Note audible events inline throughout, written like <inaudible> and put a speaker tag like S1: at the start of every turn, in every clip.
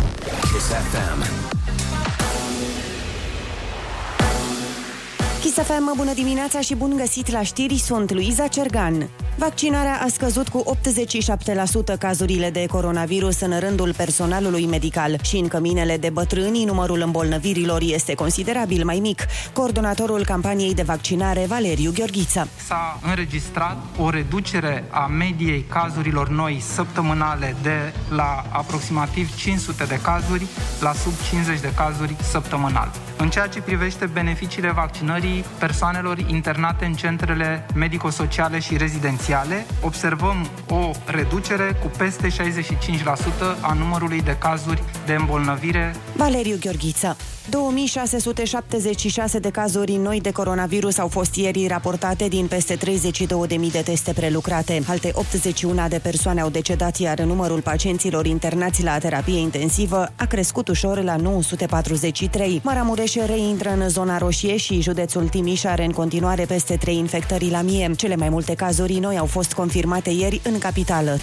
S1: Kiss FM.
S2: Kiss FM, bună dimineața și bun găsit la știri, sunt Luiza Cergan. Vaccinarea a scăzut cu 87% cazurile de coronavirus în rândul personalului medical și în căminele de bătrâni numărul îmbolnăvirilor este considerabil mai mic. Coordonatorul campaniei de vaccinare, Valeriu Gheorghiță.
S3: S-a înregistrat o reducere a mediei cazurilor noi săptămânale de la aproximativ 500 de cazuri la sub 50 de cazuri săptămânal. În ceea ce privește beneficiile vaccinării persoanelor internate în centrele medico-sociale și rezidențiale, observăm o reducere cu peste 65% a numărului de cazuri de îmbolnăvire
S2: Valeriu Gheorghiță. 2676 de cazuri noi de coronavirus au fost ieri raportate din peste 32.000 de teste prelucrate. Alte 81 de persoane au decedat, iar numărul pacienților internați la terapie intensivă a crescut ușor la 943. Maramureș reintră în zona roșie și județul Timiș are în continuare peste 3 infectări la mie. Cele mai multe cazuri noi au fost confirmate ieri în capitală,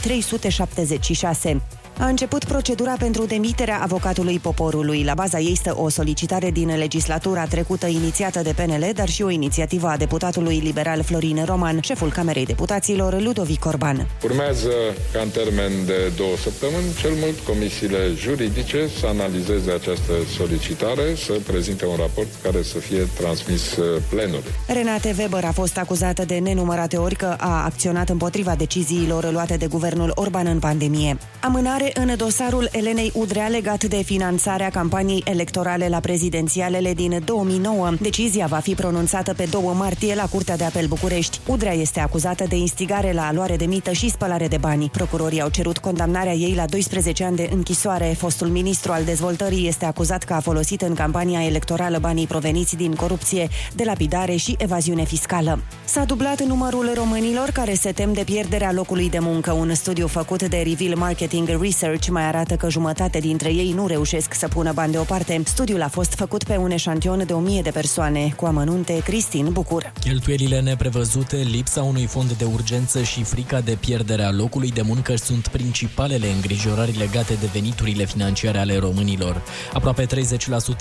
S2: 376. A început procedura pentru demiterea avocatului poporului. La baza ei stă o solicitare din legislatura trecută inițiată de PNL, dar și o inițiativă a deputatului liberal Florin Roman, șeful Camerei Deputaților Ludovic Orban.
S4: Urmează, ca în termen de două săptămâni, cel mult comisiile juridice să analizeze această solicitare, să prezinte un raport care să fie transmis uh, plenului.
S2: Renate Weber a fost acuzată de nenumărate ori că a acționat împotriva deciziilor luate de guvernul Orban în pandemie. Amânare în dosarul Elenei Udrea legat de finanțarea campaniei electorale la prezidențialele din 2009. Decizia va fi pronunțată pe 2 martie la Curtea de Apel București. Udrea este acuzată de instigare la aluare de mită și spălare de bani. Procurorii au cerut condamnarea ei la 12 ani de închisoare. Fostul ministru al dezvoltării este acuzat că a folosit în campania electorală banii proveniți din corupție, de lapidare și evaziune fiscală. S-a dublat numărul românilor care se tem de pierderea locului de muncă. Un studiu făcut de Reveal Marketing Research mai arată că jumătate dintre ei nu reușesc să pună bani deoparte. Studiul a fost făcut pe un eșantion de 1000 de persoane. Cu amănunte, Cristin Bucur.
S5: Cheltuielile neprevăzute, lipsa unui fond de urgență și frica de pierderea locului de muncă sunt principalele îngrijorări legate de veniturile financiare ale românilor. Aproape 30%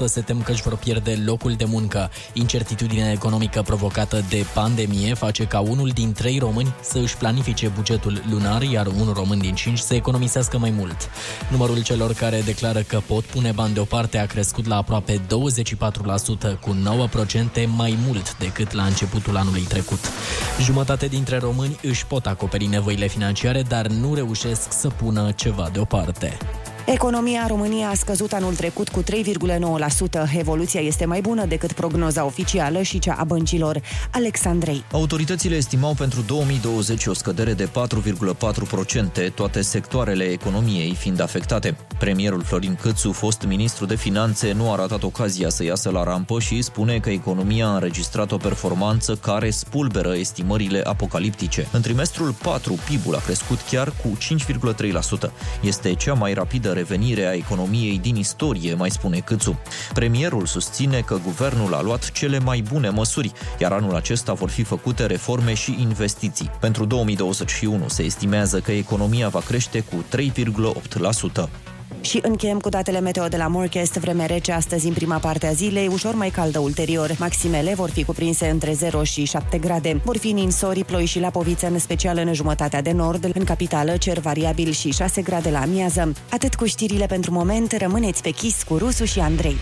S5: se tem că își vor pierde locul de muncă. Incertitudinea economică provocată de pandemie face ca unul din trei români să își planifice bugetul lunar, iar un român din cinci să economisească mai mult. Numărul celor care declară că pot pune bani deoparte a crescut la aproape 24%, cu 9% mai mult decât la începutul anului trecut. Jumătate dintre români își pot acoperi nevoile financiare, dar nu reușesc să pună ceva deoparte.
S2: Economia României a scăzut anul trecut cu 3,9%. Evoluția este mai bună decât prognoza oficială și cea a băncilor. Alexandrei.
S6: Autoritățile estimau pentru 2020 o scădere de 4,4%, toate sectoarele economiei fiind afectate. Premierul Florin Cățu, fost ministru de finanțe, nu a ratat ocazia să iasă la rampă și spune că economia a înregistrat o performanță care spulberă estimările apocaliptice. În trimestrul 4, PIB-ul a crescut chiar cu 5,3%. Este cea mai rapidă revenire a economiei din istorie, mai spune Câțu. Premierul susține că guvernul a luat cele mai bune măsuri, iar anul acesta vor fi făcute reforme și investiții. Pentru 2021 se estimează că economia va crește cu 3,8%.
S2: Și încheiem cu datele meteo de la Morchest, vreme rece astăzi în prima parte a zilei, ușor mai caldă ulterior. Maximele vor fi cuprinse între 0 și 7 grade. Vor fi ninsori, ploi și lapoviță, în special în jumătatea de nord, în capitală, cer variabil și 6 grade la amiază. Atât cu știrile pentru moment, rămâneți pe chis cu Rusu și Andrei.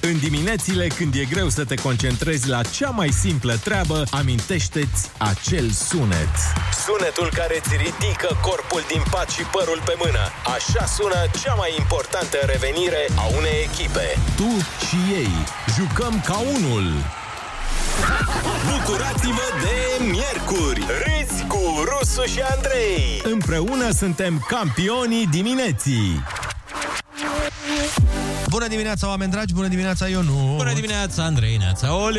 S7: În diminețile când e greu să te concentrezi la cea mai simplă treabă, amintește-ți acel sunet.
S1: Sunetul care îți ridică corpul din pat și părul pe mână. Așa sună cea mai importantă revenire a unei echipe.
S7: Tu și ei jucăm ca unul.
S1: Bucurați-vă de miercuri. Râzi cu Rusu și Andrei.
S7: Împreună suntem campionii dimineții.
S8: Bună dimineața, oameni dragi! Bună dimineața, eu nu.
S5: Bună dimineața, Andrei, neața, Olix!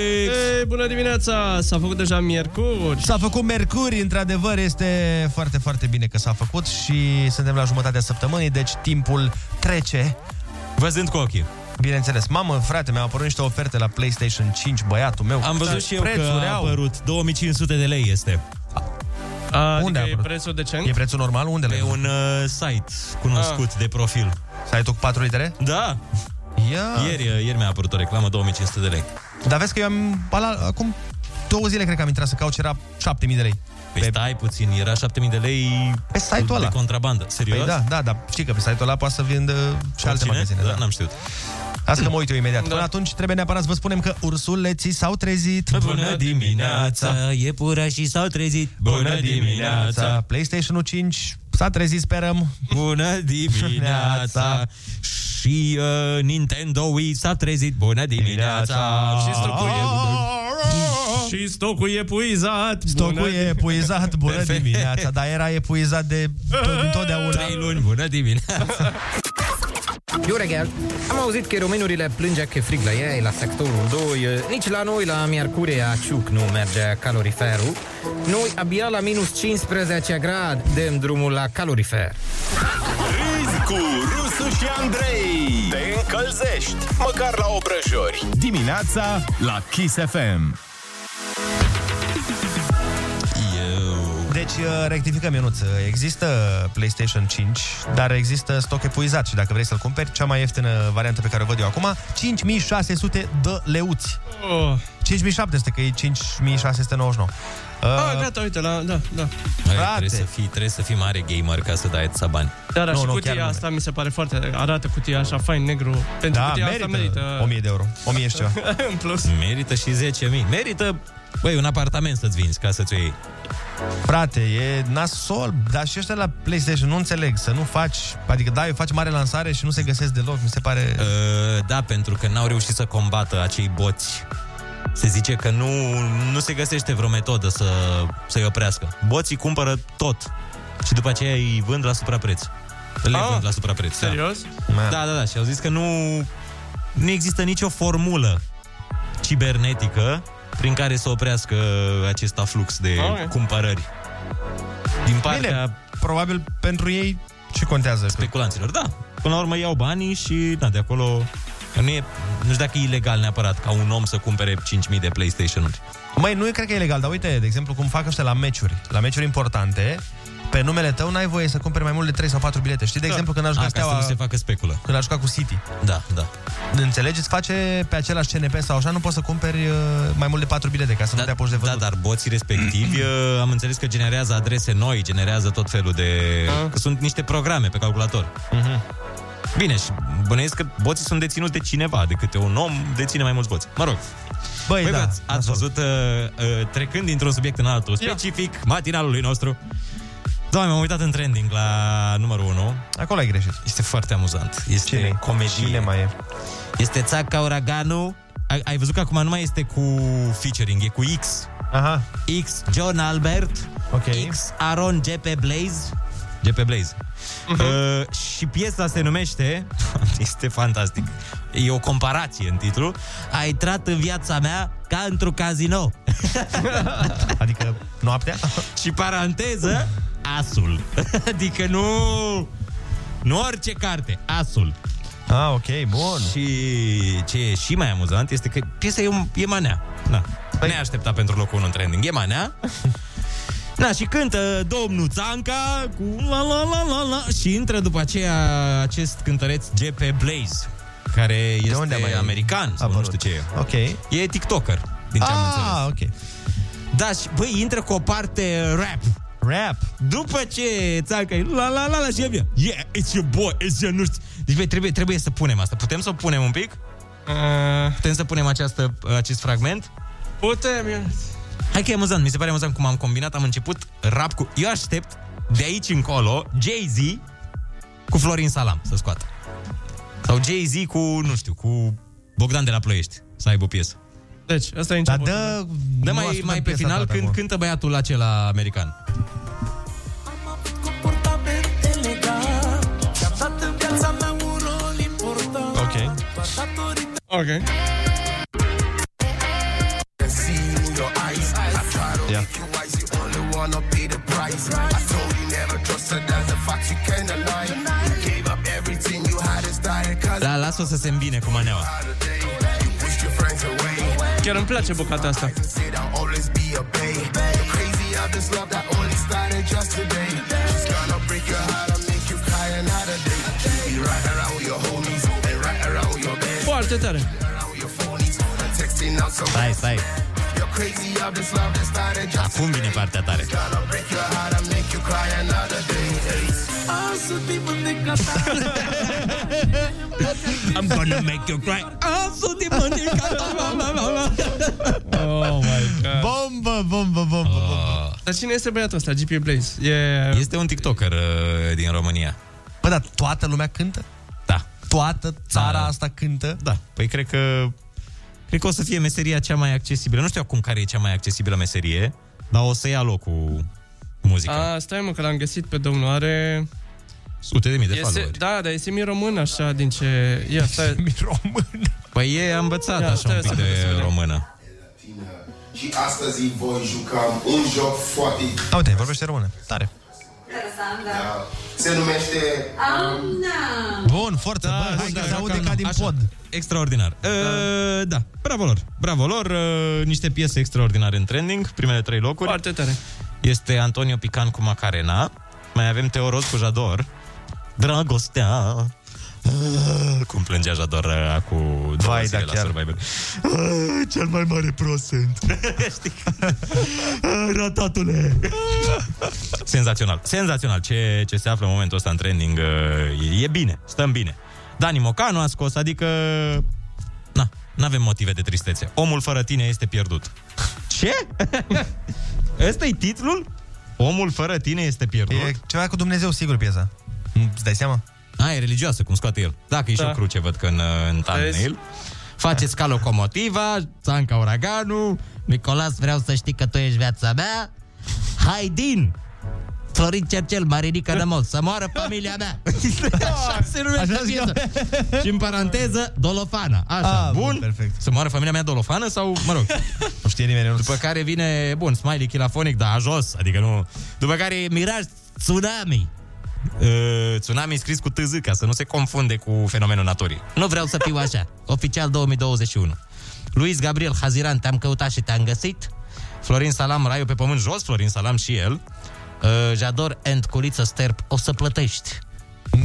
S9: Ei, bună dimineața! S-a făcut deja miercuri.
S8: S-a făcut Mercuri, într-adevăr, este foarte, foarte bine că s-a făcut și suntem la jumătatea săptămânii, deci timpul trece.
S5: Văzând cu ochii.
S8: Bineînțeles, mamă, frate, mi-au apărut niște oferte la PlayStation 5, băiatul meu.
S5: Am văzut și eu că
S8: Prețuri
S5: a
S8: au.
S5: apărut 2500 de lei este.
S9: A,
S8: Unde
S9: adică
S8: a
S9: e
S8: apărut?
S9: prețul decent?
S8: E prețul normal? Unde le Ah.
S10: Pe un uh, site cunoscut de profil.
S8: Site-ul cu 4 litere?
S10: Da,
S8: Ia.
S10: ieri, uh, ieri mi-a apărut o reclamă 2500 de lei.
S8: Dar vezi că eu am... ala- Acum două zile cred că am intrat să cauc, era 7000 de lei.
S10: Păi stai puțin, era 7000 de lei
S8: Pe site-ul
S10: de
S8: ăla.
S10: contrabandă. Serios?
S8: Păi da, da, dar știi că pe site-ul ăla poate să vindă și alte
S10: Oricine?
S8: magazine.
S10: Da,
S8: Da.
S10: n-am știut.
S8: Asta că mă uit eu imediat.
S9: Da.
S8: Până atunci trebuie neapărat să vă spunem că ursuleții s-au trezit.
S10: iepurașii s-au trezit.
S8: PlayStation-ul 5 s-a trezit, sperăm.
S10: Bună dimineața! Și uh, Nintendo Wii s-a trezit. Bună dimineața!
S8: Dimineața. Ah!
S10: Și stocul e...
S9: Și stocul e puizat.
S8: Stocul e epuizat, bună
S10: Perfect.
S8: dimineața, dar era epuizat de tot, întotdeauna.
S10: Trei luni, bună dimineața!
S11: Iureghel, am auzit că românurile plângea că e frig la ei, la sectorul 2, eh, nici la noi, la Miercurea, Ciuc, nu merge caloriferul. Noi abia la minus 15 grade dăm drumul la calorifer.
S1: Râzi cu Rusu și Andrei Te încălzești, măcar la obrăjori
S7: Dimineața la Kiss FM.
S8: Deci, uh, rectificăm, Ionuț. Există PlayStation 5, dar există stoc epuizat și dacă vrei să-l cumperi, cea mai ieftină variantă pe care o văd eu acum, 5600 de leuți.
S9: Oh.
S8: 5700, că e 5699.
S9: Ah, gata, uite, la, da, da.
S8: Uh,
S10: Băi,
S8: Frate.
S10: Trebuie să, fii, trebuie să fii mare gamer ca să dai atâția bani.
S9: Da, da,
S8: Nu,
S9: și
S8: nu,
S9: cutia
S8: chiar nu
S9: asta mi se pare foarte... Arată cutia așa, fain, negru. Pentru
S8: Da,
S9: cutia
S8: merită,
S9: asta merită.
S8: 1000 de euro. 1000 și ceva.
S9: <laughs> În plus.
S10: Merită și 10.000. Merită, băi, un apartament să-ți vinzi ca să-ți o iei.
S8: Frate, e nasol, dar și ăștia la PlayStation nu înțeleg să nu faci, adică da, eu faci mare lansare și nu se găsesc deloc, mi se pare...
S10: Uh, da, pentru că n-au reușit să combată acei boți. Se zice că nu, nu se găsește vreo metodă să, să-i oprească. Boții cumpără tot și după aceea îi vând la suprapreț. Le
S9: Ah,
S10: vând la suprapreț.
S9: Serios?
S10: <laughs> Da. da, da, da. Și au zis că nu, nu există nicio formulă cibernetică prin care să oprească acest aflux de
S9: Ah, e.
S10: cumpărări. Din partea
S8: Bine, probabil pentru ei ce contează?
S10: speculanților, da. Până la urmă iau banii și da, de acolo nu, e, nu știu dacă e ilegal neapărat ca un om să cumpere 5.000 de PlayStation-uri.
S8: Măi, nu e cred că e legal, dar uite, de exemplu, cum fac ăștia la meciuri, la meciuri importante, pe numele tău n-ai voie să cumperi mai mult de 3 sau 4 bilete. Știi, de exemplu, când a
S10: Da. A,
S8: jucat
S10: Ah, ca să
S8: Steaua,
S10: nu se facă speculă.
S8: când a jucat cu City,
S10: Da, da.
S8: înțelegi, îți face pe același CNP sau așa, nu poți să cumperi uh, mai mult de 4 bilete ca să nu te apuci de
S10: da,
S8: vândut.
S10: dar boții
S8: <clears throat>
S10: respectivi uh, am înțeles că generează adrese noi, generează tot felul de...
S8: Ah.
S10: Că sunt niște programe pe calculator.
S8: Mhm,
S10: Bine, și bănuiesc că boții sunt deținuți de cineva, de câte un om deține mai mulți boți. Mă rog,
S8: Băi,
S10: Păi,
S8: da,
S10: da, ați, ați
S8: nasol.
S10: văzut, uh, uh, trecând dintr-un subiect în altul, specific, matinalului nostru, Doamne, m-am uitat în trending la numărul 1.
S8: Acolo ai greșit.
S10: Este foarte amuzant. Este
S8: Cine?
S10: comedie.
S8: Cine mai e?
S10: Este Țaca Uraganul. Ai, ai văzut că acum nu mai este cu featuring, e cu X.
S8: Aha,
S10: X John Albert,
S8: Ok.
S10: X Aaron GP Blaze. GP Blaze.
S8: Mhm.
S10: Uh, și piesa se numește, <laughs> este fantastic, e o comparație în titlu, A intrat în viața mea ca într-un casino.
S8: <laughs> adică noaptea?
S10: <laughs> Și paranteză, asul. <laughs> adică nu... Nu orice carte, asul.
S8: ah, ok, bun.
S10: Și ce e și mai amuzant este că piesa e, un, e manea. Na. Păi... Neașteptat pentru locul 1 în trending. E manea. Na, și cântă domnul Țanca cu la la la la la și intră după aceea acest cântăreț GP Blaze, care este
S8: unde a mai
S10: american sau nu
S8: apărut?
S10: știu ce e.
S8: Ok.
S10: E TikToker, din ce am
S8: Ah,
S10: înțeles.
S8: ok.
S10: Da, și băi, intră cu o parte rap.
S8: Rap.
S10: După ce țarca e la la la la și el vine, Yeah, it's your boy, it's your nu știu. Deci băi, trebuie, trebuie să punem asta. Putem să o punem un pic? Putem să punem această, acest fragment?
S9: Putem, eu...
S10: Hai că e amuzant, mi se pare amuzant cum am combinat, am început rap cu... Eu aștept de aici încolo Jay-Z cu Florin Salam să scoată. Sau Jay-Z cu, nu știu, cu Bogdan de la Ploiești să aibă o piesă.
S9: Deci, asta e
S8: Dar
S9: începutul.
S8: dă...
S10: Dă
S8: nu
S10: mai,
S8: ascultăm
S10: mai pe
S8: piesa
S10: final
S8: toată
S10: când
S8: acum.
S10: cântă băiatul acela american.
S8: Ok.
S9: Ok.
S8: Ia.
S10: Da, lasă-o să se îmbine cu maneaua.
S9: Chiar îmi place bucata asta.
S12: out this love that only started just today. She's gonna break your heart and make you cry another day. She be right around with your homies and right around with your best.
S9: Foarte tare.
S12: Texting out some
S10: Stai, stai.
S12: You're crazy of this love that started just
S10: Acum vine partea tare.
S12: gonna break your heart and make you cry another day. Oh, so deep in the
S10: I'm gonna make you cry. <laughs> Ah, sunt din
S9: Oh
S8: <laughs>
S9: my god.
S8: Bombă, bombă, bombă,
S9: bombă. Dar cine este băiatul ăsta, GP Blaze? E...
S10: Ah. Este un TikToker uh, din România.
S8: Bă, dar toată lumea cântă?
S10: Da.
S8: Toată țara asta cântă?
S10: Da. Păi cred că cred că o să fie meseria cea mai accesibilă. Nu știu acum care e cea mai accesibilă meserie, dar o să ia locul muzica.
S9: A, stai mă, că l-am găsit pe domnul, are...
S10: Sute de mii de
S9: Este,
S10: followeri.
S9: da, dar e semi-român așa din ce... Ia, stai.
S8: semi-român.
S10: Păi e a învățat
S9: Ia,
S10: așa
S9: stai
S10: un
S9: să
S10: pic
S9: vedem, să
S10: de
S9: vedem.
S10: română.
S12: Și astăzi voi jucam un joc foarte...
S8: Da, uite, vorbește română. Tare.
S12: Se numește... Amna!
S8: Bun, forță, da, bă, hai că se aude ca din pod.
S10: Extraordinar. Da. da, bravo lor. Bravo lor. E, niște piese extraordinare în trending, primele trei locuri.
S9: Foarte tare.
S10: Este Antonio Pican cu Macarena. Mai avem Teoroz cu Jador. Dragostea. Ah, Cum plângea Jador uh, cu două
S8: Vai,
S10: zile
S8: da,
S10: la
S8: chiar.
S10: Survivor.
S8: Ah, Cel mai mare prost sunt.
S10: <laughs> Știi? Ah, Ratatule. <laughs> Senzațional. Senzațional. Ce, ce se află în momentul ăsta în trending uh, e, e bine. Stăm bine. Dani Mocanu a scos, adică... Na, n-avem motive de tristețe. Omul fără tine este pierdut.
S8: <laughs>
S10: Ce? ăsta e titlul? Omul fără tine este pierdut?
S8: E ceva cu Dumnezeu, sigur, piesa. Mm, Îți dai seama?
S10: A, e religioasă, cum scoate el. Dacă e și
S9: Da.
S10: o cruce, văd că în, în thumbnail. Faceți ca locomotiva, Țanca Uraganu, Nicolas, vreau să știi că tu ești viața mea. Hai din! Florin Cercel, Marinică de Mol, să moară familia
S8: <laughs>
S10: mea.
S8: Exact.
S10: Așa se numește
S8: Așa zic
S10: piesa. Și în paranteză, Dolofana. Așa,
S8: Ah,
S10: bun.
S8: bun,
S10: bun.
S8: perfect.
S10: Să moară familia mea Dolofană sau, mă rog,
S8: <laughs> Nu știe nimeni, nu
S10: după care vine, bun, smiley chilafonic, dar jos, adică nu... După care e Miraj Tsunami. Uh, tsunami scris cu TZ, ca să nu se confunde cu fenomenul naturii. Nu vreau să fiu așa.
S8: <laughs>
S10: Oficial 2021. Luis Gabriel Haziran, te-am căutat și te-am găsit. Florin Salam, Raiu pe pământ jos, Florin Salam și el. Uh, Jador and Culiță Sterp, o să plătești.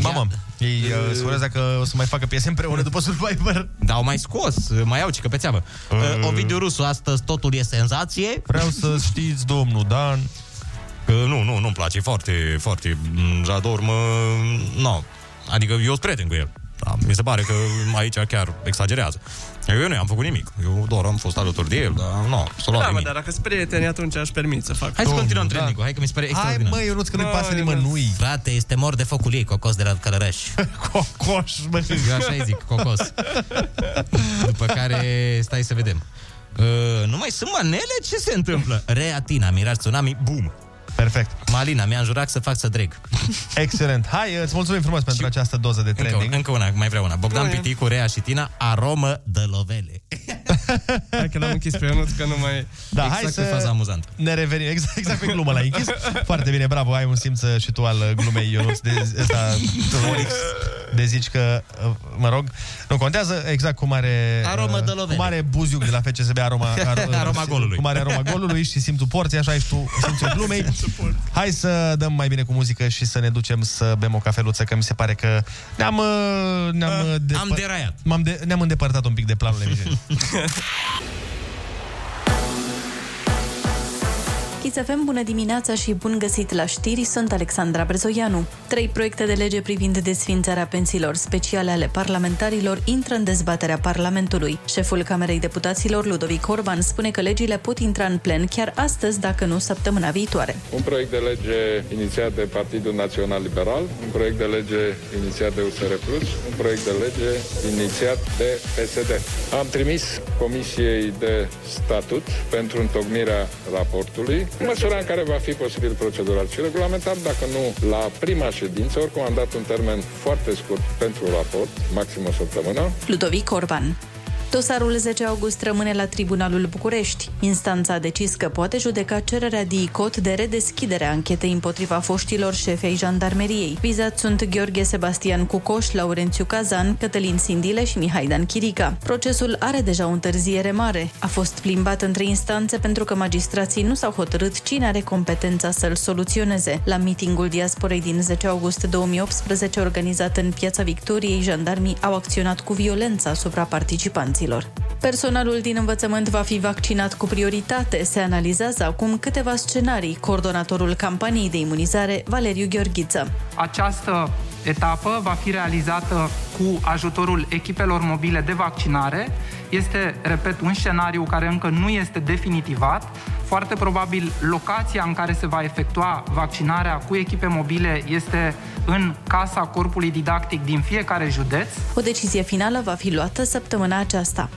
S8: Mamă, ei uh, se urez dacă o să mai facă piese împreună după Survivor.
S10: Dar au mai scos, mai au ce că pe țeavă. Uh, Ovidiu Rusu, astăzi totul e senzație.
S8: Vreau să știți, domnul Dan,
S10: Că nu, nu, nu-mi place foarte, foarte m, Jador, mă... No. Adică eu sunt prieten cu el. Da, mi se pare că aici chiar exagerează. Eu nu am făcut nimic. Eu doar am fost alături de el, dar nu, să
S9: Da,
S10: luat da,
S9: mă,
S10: nimic.
S9: dar dacă sunt prieteni, atunci aș permit să fac.
S10: Hai să continuăm
S8: da.
S10: trending hai că mi se pare
S8: Hai
S10: extraordinar.
S8: mă, eu nu-ți că nu-i
S9: Mă,
S8: pasă
S9: eu
S8: nimănui.
S10: Frate, este mor de focul ei, cocos de la
S8: <laughs>
S10: Călăraș.
S8: Cocoș, mă.
S10: Eu așa îi zic, cocos. După care, stai să vedem. Uh, nu mai sunt manele? Ce se întâmplă? Reatina, miraj, tsunami, boom.
S8: Perfect.
S10: Malina, mi-a înjurat să fac să dreg.
S8: Excelent. Hai, îți mulțumim frumos pentru această doză de
S10: Încă,
S8: trending.
S10: încă una, mai vreau una. Bogdan Piticu, Rea și Tina, aromă de lovele.
S9: Hai că l-am închis pe Ionuț, că nu mai...
S8: Da,
S10: exact
S8: hai
S10: pe faza
S8: să
S10: amuzantă.
S8: ne revenim. Exact, exact pe glumă l-ai închis. Foarte bine, bravo. Ai un simț uh, și tu al uh, glumei, Ionuț, de, ăsta, ironic, de zici că, uh, mă rog, nu contează exact cum are... uh,
S10: Aromă de lovele.
S8: Cum are buziuc de la FCSB
S10: <laughs>
S8: aroma, <laughs> ar- uh,
S10: Aroma golului.
S8: Cum are aroma golului și simțul porții, așa ești tu simțul glumei. Hai să dăm mai bine cu muzică și să ne ducem să bem o cafeluță, că mi se pare că ne-am... uh, ne-am uh, depă-
S10: Am deraiat.
S8: M-am de- ne-am îndepărtat un pic de planul emisiunii.
S10: <laughs>
S13: Chisafem, bună dimineața și bun găsit la știri, sunt Alexandra Brezoianu. Trei proiecte de lege privind desfințarea pensiilor speciale ale parlamentarilor intră în dezbaterea Parlamentului. Șeful Camerei Deputaților, Ludovic Orban, spune că legile pot intra în plen chiar astăzi, dacă nu săptămâna viitoare.
S4: Un proiect de lege inițiat de Partidul Național Liberal, un proiect de lege inițiat de USR Plus, un proiect de lege inițiat de PSD. Am trimis Comisiei de Statut pentru întocmirea raportului, în măsura în care va fi posibil procedural și regulamentar, dacă nu la prima ședință, oricum am dat un termen foarte scurt pentru raport, maxim o săptămână,
S13: Ludovic Orban Dosarul 10 august rămâne la Tribunalul București. Instanța a decis că poate judeca cererea DICOT de redeschidere a anchetei împotriva foștilor șefi ai jandarmeriei. Vizați sunt Gheorghe Sebastian Cucoș, Laurențiu Cazan, Cătălin Sindile și Mihai Dan Chirica. Procesul are deja o întârziere mare. A fost plimbat între instanțe pentru că magistrații nu s-au hotărât cine are competența să-l soluționeze. La mitingul diasporei din 10 august 2018, organizat în Piața Victoriei, jandarmii au acționat cu violență asupra participanților. Personalul din învățământ va fi vaccinat cu prioritate. Se analizează acum câteva scenarii. Coordonatorul campaniei de imunizare, Valeriu Gheorghiță.
S3: Această etapă va fi realizată cu ajutorul echipelor mobile de vaccinare. Este, repet, un scenariu care încă nu este definitivat. Foarte probabil locația în care se va efectua vaccinarea cu echipe mobile este în casa corpului didactic din fiecare județ.
S13: O decizie finală va fi luată săptămâna aceasta.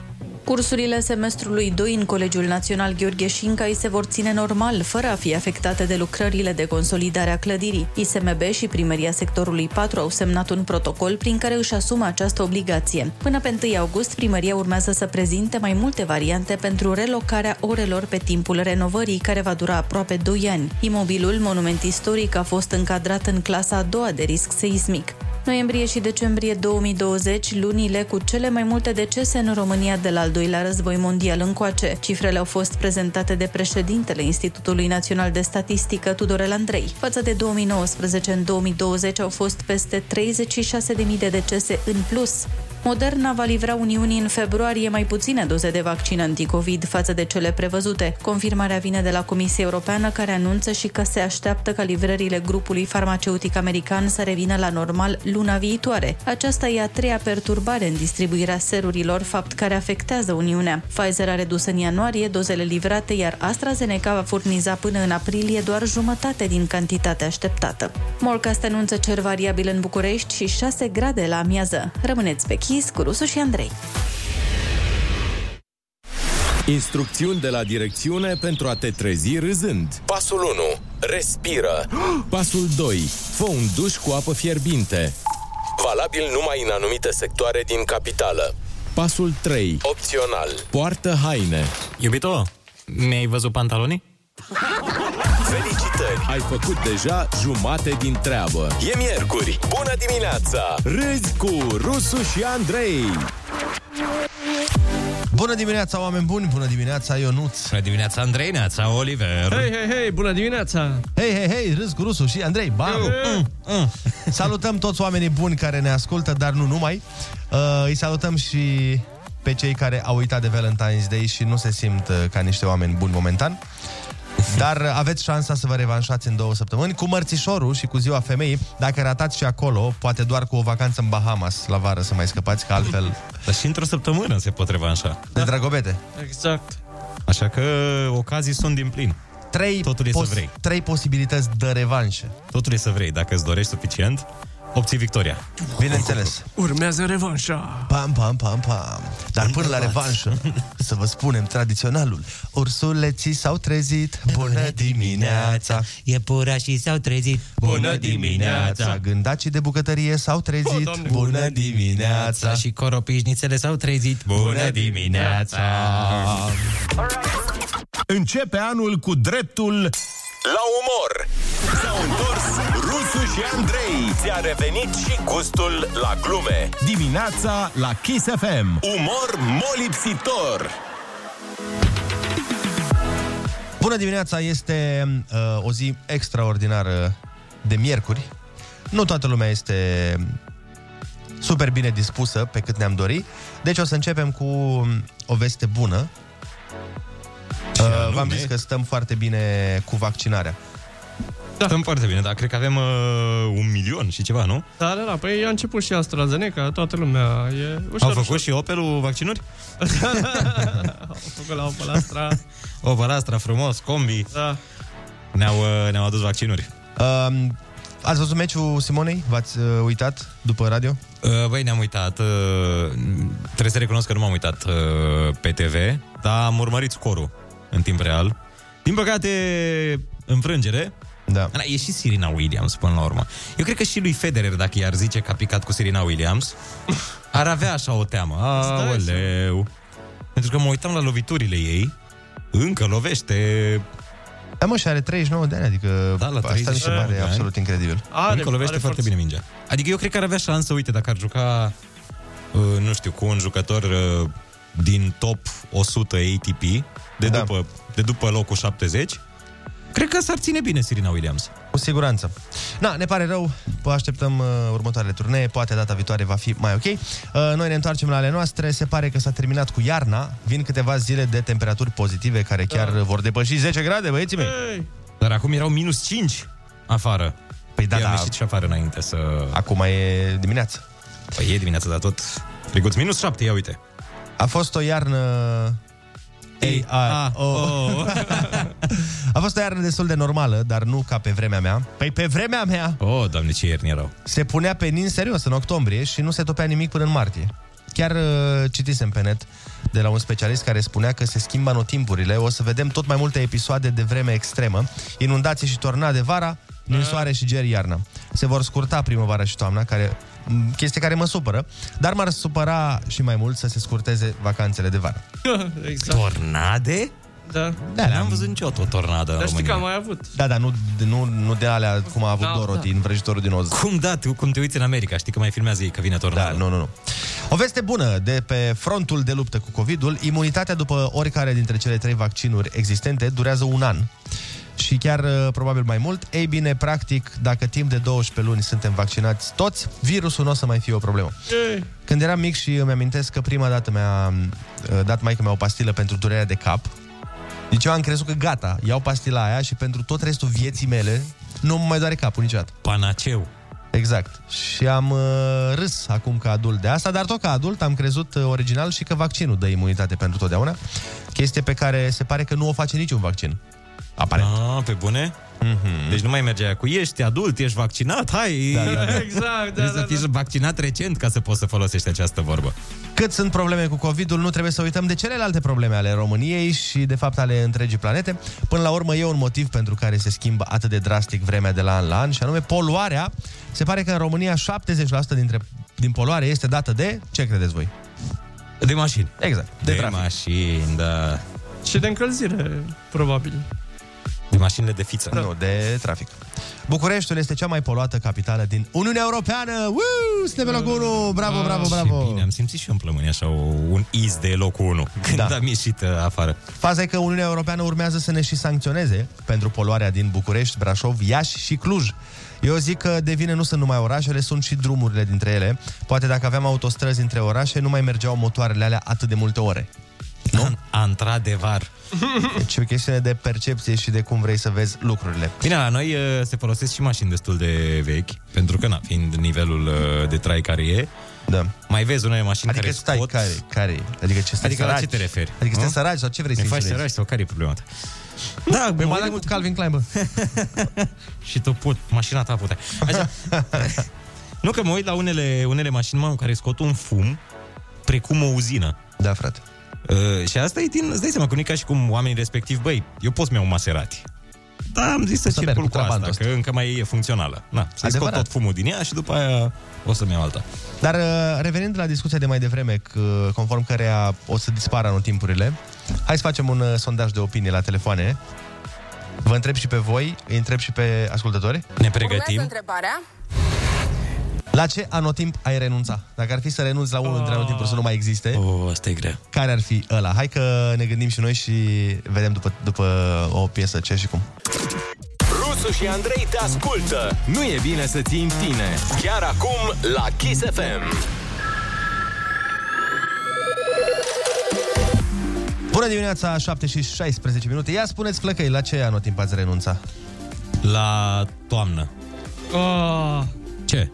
S13: Cursurile semestrului 2 în Colegiul Național Gheorghe Șincai se vor ține normal, fără a fi afectate de lucrările de consolidare a clădirii. ISMB și Primăria Sectorului 4 au semnat un protocol prin care își asumă această obligație. Până pe 1 august, primăria urmează să prezinte mai multe variante pentru relocarea orelor pe timpul renovării, care va dura aproape 2 ani. Imobilul monument istoric a fost încadrat în clasa a doua de risc seismic. Noiembrie și decembrie 2020, lunile cu cele mai multe decese în România de la al doilea război mondial încoace. Cifrele au fost prezentate de președintele Institutului Național de Statistică, Tudorel Andrei. Față de 2019, în 2020 au fost peste 36.000 de decese în plus. Moderna va livra Uniunii în februarie mai puține doze de vaccin anticovid față de cele prevăzute. Confirmarea vine de la Comisia Europeană, care anunță și că se așteaptă ca livrările grupului farmaceutic american să revină la normal luna viitoare. Aceasta e a treia perturbare în distribuirea serurilor, fapt care afectează Uniunea. Pfizer a redus în ianuarie dozele livrate, iar AstraZeneca va furniza până în aprilie doar jumătate din cantitatea așteptată. Morcast anunță cer variabil în București și 6 grade la amiază. Rămâneți pe chis cu Rusu și Andrei.
S7: Instrucțiuni de la direcțiune pentru a te trezi râzând.
S1: Pasul 1. Respiră.
S7: Pasul 2. Fă un duș cu apă fierbinte.
S1: Valabil numai în anumite sectoare din capitală.
S7: Pasul 3.
S1: Opțional.
S7: Poartă haine.
S10: Iubito, mi-ai văzut pantalonii?
S1: Felicitări!
S7: Ai făcut deja jumate din treabă.
S1: E miercuri. Bună dimineața!
S7: Râzi cu Rusu și Andrei.
S8: Bună dimineața, oameni buni! Bună dimineața, Ionuț!
S10: Bună dimineața, Andrei, neața, Oliver!
S9: Hei, hei, hei, bună dimineața!
S8: Hei, hei, hei, râs cu Rusu și Andrei, bam! mm. Salutăm toți oamenii buni care ne ascultă, dar nu numai. Uh, îi salutăm și pe cei care au uitat de Valentine's Day și nu se simt uh, ca niște oameni buni momentan. Dar uh, aveți șansa să vă revanșați în două săptămâni cu mărțișorul și cu ziua femeii. Dacă ratați și acolo, poate doar cu o vacanță în Bahamas la vară să mai scăpați, că altfel...
S10: Dar și într-o săptămână se pot revanșa.
S8: De dragobete.
S9: Exact.
S10: Așa că ocazii sunt din plin.
S8: Trei
S10: Totul e să
S8: pos-
S10: vrei.
S8: Trei posibilități de revanșă.
S10: Totul e să vrei. Dacă îți dorești suficient, obții victoria.
S8: Bineînțeles.
S9: Urmează revanșa.
S8: Pam, pam, pam, pam. Dar până la revanșă, să vă spunem tradiționalul. Ursuleții s-au trezit, bună dimineața.
S10: Iepurașii s-au trezit.
S8: Gândacii de bucătărie s-au
S9: O,
S8: trezit,
S9: Oh, Doamne.
S8: bună dimineața.
S10: Și coropișnițele s-au trezit. Bună dimineața!
S7: Începe anul cu dreptul
S1: La umor! S-au întors Rusu și Andrei. Ți-a revenit și gustul la glume.
S7: dimineața la Kiss FM.
S1: Umor molipsitor!
S8: Bună dimineața, este uh, o zi extraordinară de miercuri. Nu toată lumea este super bine dispusă pe cât ne-am dorit. Deci o să începem cu o veste bună. Uh, v-am zis că stăm foarte bine cu vaccinarea.
S10: Da. Stăm foarte bine, dar cred că avem uh, un milion și ceva, nu?
S9: Da, da, da, păi a început și AstraZeneca, toată lumea e ușor,
S10: Au făcut
S9: ușor.
S10: și Opelul vaccinuri?
S9: <laughs> Au făcut la Opel Astra,
S10: O balastra frumos, combi.
S9: da.
S10: Ne-au, uh, ne-au adus vaccinuri.
S8: Uh, ați văzut meciul Simonei? V-ați uh, uitat după radio?
S10: Uh, Băi, ne-am uitat. uh, Trebuie să recunosc că nu m-am uitat uh, pe TV, dar am urmărit scorul în timp real. Din păcate, înfrângere.
S8: Da.
S10: Da, E și Sirina Williams până la urmă. Eu cred că și lui Federer,
S8: <laughs>
S10: dacă i-ar zice că a picat cu Sirina Williams, ar avea așa o teamă. Aoleu! Pentru că mă uitam la loviturile ei, încă lovește...
S8: Da, mă, și are 39 de ani, adică
S10: Da, la
S8: asta mi se
S10: 39
S8: pare
S10: de ani.
S8: absolut incredibil.
S10: Are, încă lovește foarte bine mingea. Adică eu cred că ar avea șansă, uite, dacă ar juca, uh, nu știu, cu un jucător uh, din top 100 ATP, de, da. după, de după locul 70, cred că s-ar ține bine Serena Williams.
S8: Cu siguranță. Na, ne pare rău, vă așteptăm uh, următoarele turnee, poate data viitoare va fi mai ok. Uh, noi ne întoarcem la ale noastre, se pare că s-a terminat cu iarna, vin câteva zile de temperaturi pozitive care chiar da. vor depăși 10 grade, băieții mei.
S10: Dar acum erau minus 5 afară.
S8: Păi da,
S10: I-am
S8: da.
S10: ieșit și afară înainte să...
S8: Acum e dimineață.
S10: Păi e dimineață, dar tot... Fricuț, minus 7, ia uite.
S8: A fost o iarnă... Ei, a, o. <laughs> a fost o iarnă destul de normală, dar nu ca pe vremea mea. Păi pe vremea mea
S10: Oh, doamne, ce ierni erau.
S8: se punea pe nin serios în octombrie și nu se topea nimic până în martie. Chiar uh, citisem pe net de la un specialist care spunea că se schimbă anotimpurile, o să vedem tot mai multe episoade de vreme extremă, inundații și tornade vara,
S10: Da.
S8: ninsoare și geri iarna. Se vor scurta primăvara și toamna, care m, chestie care mă supără, dar m-ar supăra și mai mult să se scurteze vacanțele de vară.
S9: <laughs> exact.
S10: Tornade?
S9: Da.
S8: Da,
S10: n-am văzut niciodată o tornadă în
S9: Dar știi
S10: România.
S9: că am mai avut.
S8: Da, da, nu, nu, nu de alea cum a avut
S10: Da,
S8: da, Dorothy
S10: da.
S8: da. în vrăjitorul din Oz.
S10: Cum da, tu, cum te uiți în America, știi că mai filmează ei că vine tornadă. Da,
S8: nu, nu, nu. O veste bună de pe frontul de luptă cu COVID-ul, imunitatea după oricare dintre cele trei vaccinuri existente durează un an și chiar uh, probabil mai mult. Ei bine, practic, dacă timp de 12 luni suntem vaccinați toți, virusul nu o să mai fie o problemă. Când eram mic și îmi amintesc că prima dată mi-a uh, dat maica mea o pastilă pentru durerea de cap, deci eu am crezut că gata, iau pastila aia și pentru tot restul vieții mele nu mă mai doare capul niciodată.
S10: Panaceu.
S8: Exact. Și am uh, râs acum ca adult de asta, dar tot ca adult am crezut uh, original și că vaccinul dă imunitate pentru totdeauna. Chestie pe care se pare că nu o face niciun vaccin. Aparent.
S10: Ah, pe bune? Mm-hmm. Deci nu mai merge aia cu ești adult, ești vaccinat, hai!
S8: Da, da,
S10: <laughs>
S8: da.
S9: Exact,
S10: da, să fii vaccinat recent ca să poți să folosești această vorbă.
S8: Cât sunt probleme cu COVID-ul, nu trebuie să uităm de celelalte probleme ale României și, de fapt, ale întregii planete. Până la urmă, e un motiv pentru care se schimbă atât de drastic vremea de la an la an, și anume poluarea. Se pare că în România 70% dintre, din poluare este dată de... Ce credeți voi?
S10: De mașini.
S8: Exact.
S10: De, de mașini, da.
S9: Și de încălzire, probabil.
S10: De mașinile de fiță.
S8: Da. Nu, de trafic. Bucureștiul este cea mai poluată capitală din Uniunea Europeană. Woo! Suntem pe locul 1! Oh, Bravo, bravo, bravo!
S10: Ah, Și bine, am simțit și eu în plămâni așa o, un iz de locul 1 <laughs> când da.
S8: Da.
S10: am ieșit uh, afară.
S8: Faza e că Uniunea Europeană urmează să ne și sancționeze pentru poluarea din București, Brașov, Iași și Cluj. Eu zic că de vine nu sunt numai orașele, sunt și drumurile dintre ele. Poate dacă aveam autostrăzi între orașe, nu mai mergeau motoarele alea atât de multe ore.
S10: Nu? <laughs> Într-adevăr.
S8: Deci e o chestiune de percepție și de cum vrei să vezi lucrurile.
S10: Bine, la noi uh, se folosesc și mașini destul de vechi, pentru că, na, fiind nivelul uh, de trai care e,
S8: da.
S10: mai vezi unele mașini
S8: Adică
S10: care
S8: stai,
S10: scot...
S8: care, care, adică ce stai
S10: Adică la
S8: săraci?
S10: ce te referi?
S8: Adică stai
S10: nu?
S8: săraci sau ce vrei
S10: ne
S8: să
S10: faci
S8: insulezi?
S10: săraci sau care e problema ta? Da,
S8: Păi mai mult Calvin Klein, bă.
S10: <laughs> Și tu put, mașina ta putea.
S8: <laughs>
S10: Așa. nu că mă uit la unele, unele mașini, mă, care scot un fum precum o uzină.
S8: Da, frate.
S10: Uh, și asta e din, îți dai seama, că nu e ca și cum oamenii respectiv, băi, eu pot să-mi iau un Maserati. Da, am zis să,
S8: Să
S10: să
S8: merg
S10: circul
S8: cu
S10: cu asta,
S8: trabandul
S10: că încă mai e funcțională. Na, să scot
S8: Adevărat.
S10: tot fumul din ea și după aia o să-mi iau alta.
S8: Dar uh, revenind la discuția de mai devreme, că, conform căreia o să dispară anotimpurile, hai să facem un uh, sondaj de opinie la telefoane. Vă întreb și pe voi, îi întreb și pe ascultători.
S10: Ne
S14: Urmează întrebarea.
S8: La ce anotimp ai renunța? Dacă ar fi să renunți la unul dintre anotimpuri să nu mai existe,
S10: Ah. oh, asta e grea.
S8: care ar fi ăla? Hai că ne gândim și noi și vedem după, după o piesă ce și cum.
S1: Rusu și Andrei te ascultă.
S7: Nu e bine să ții în tine.
S1: Chiar acum la Kiss FM.
S8: Bună dimineața, 7 și 16 minute. Ia spuneți, flăcăi, la ce anotimp ați renunța?
S10: La toamnă.
S9: Oh,
S10: Ce?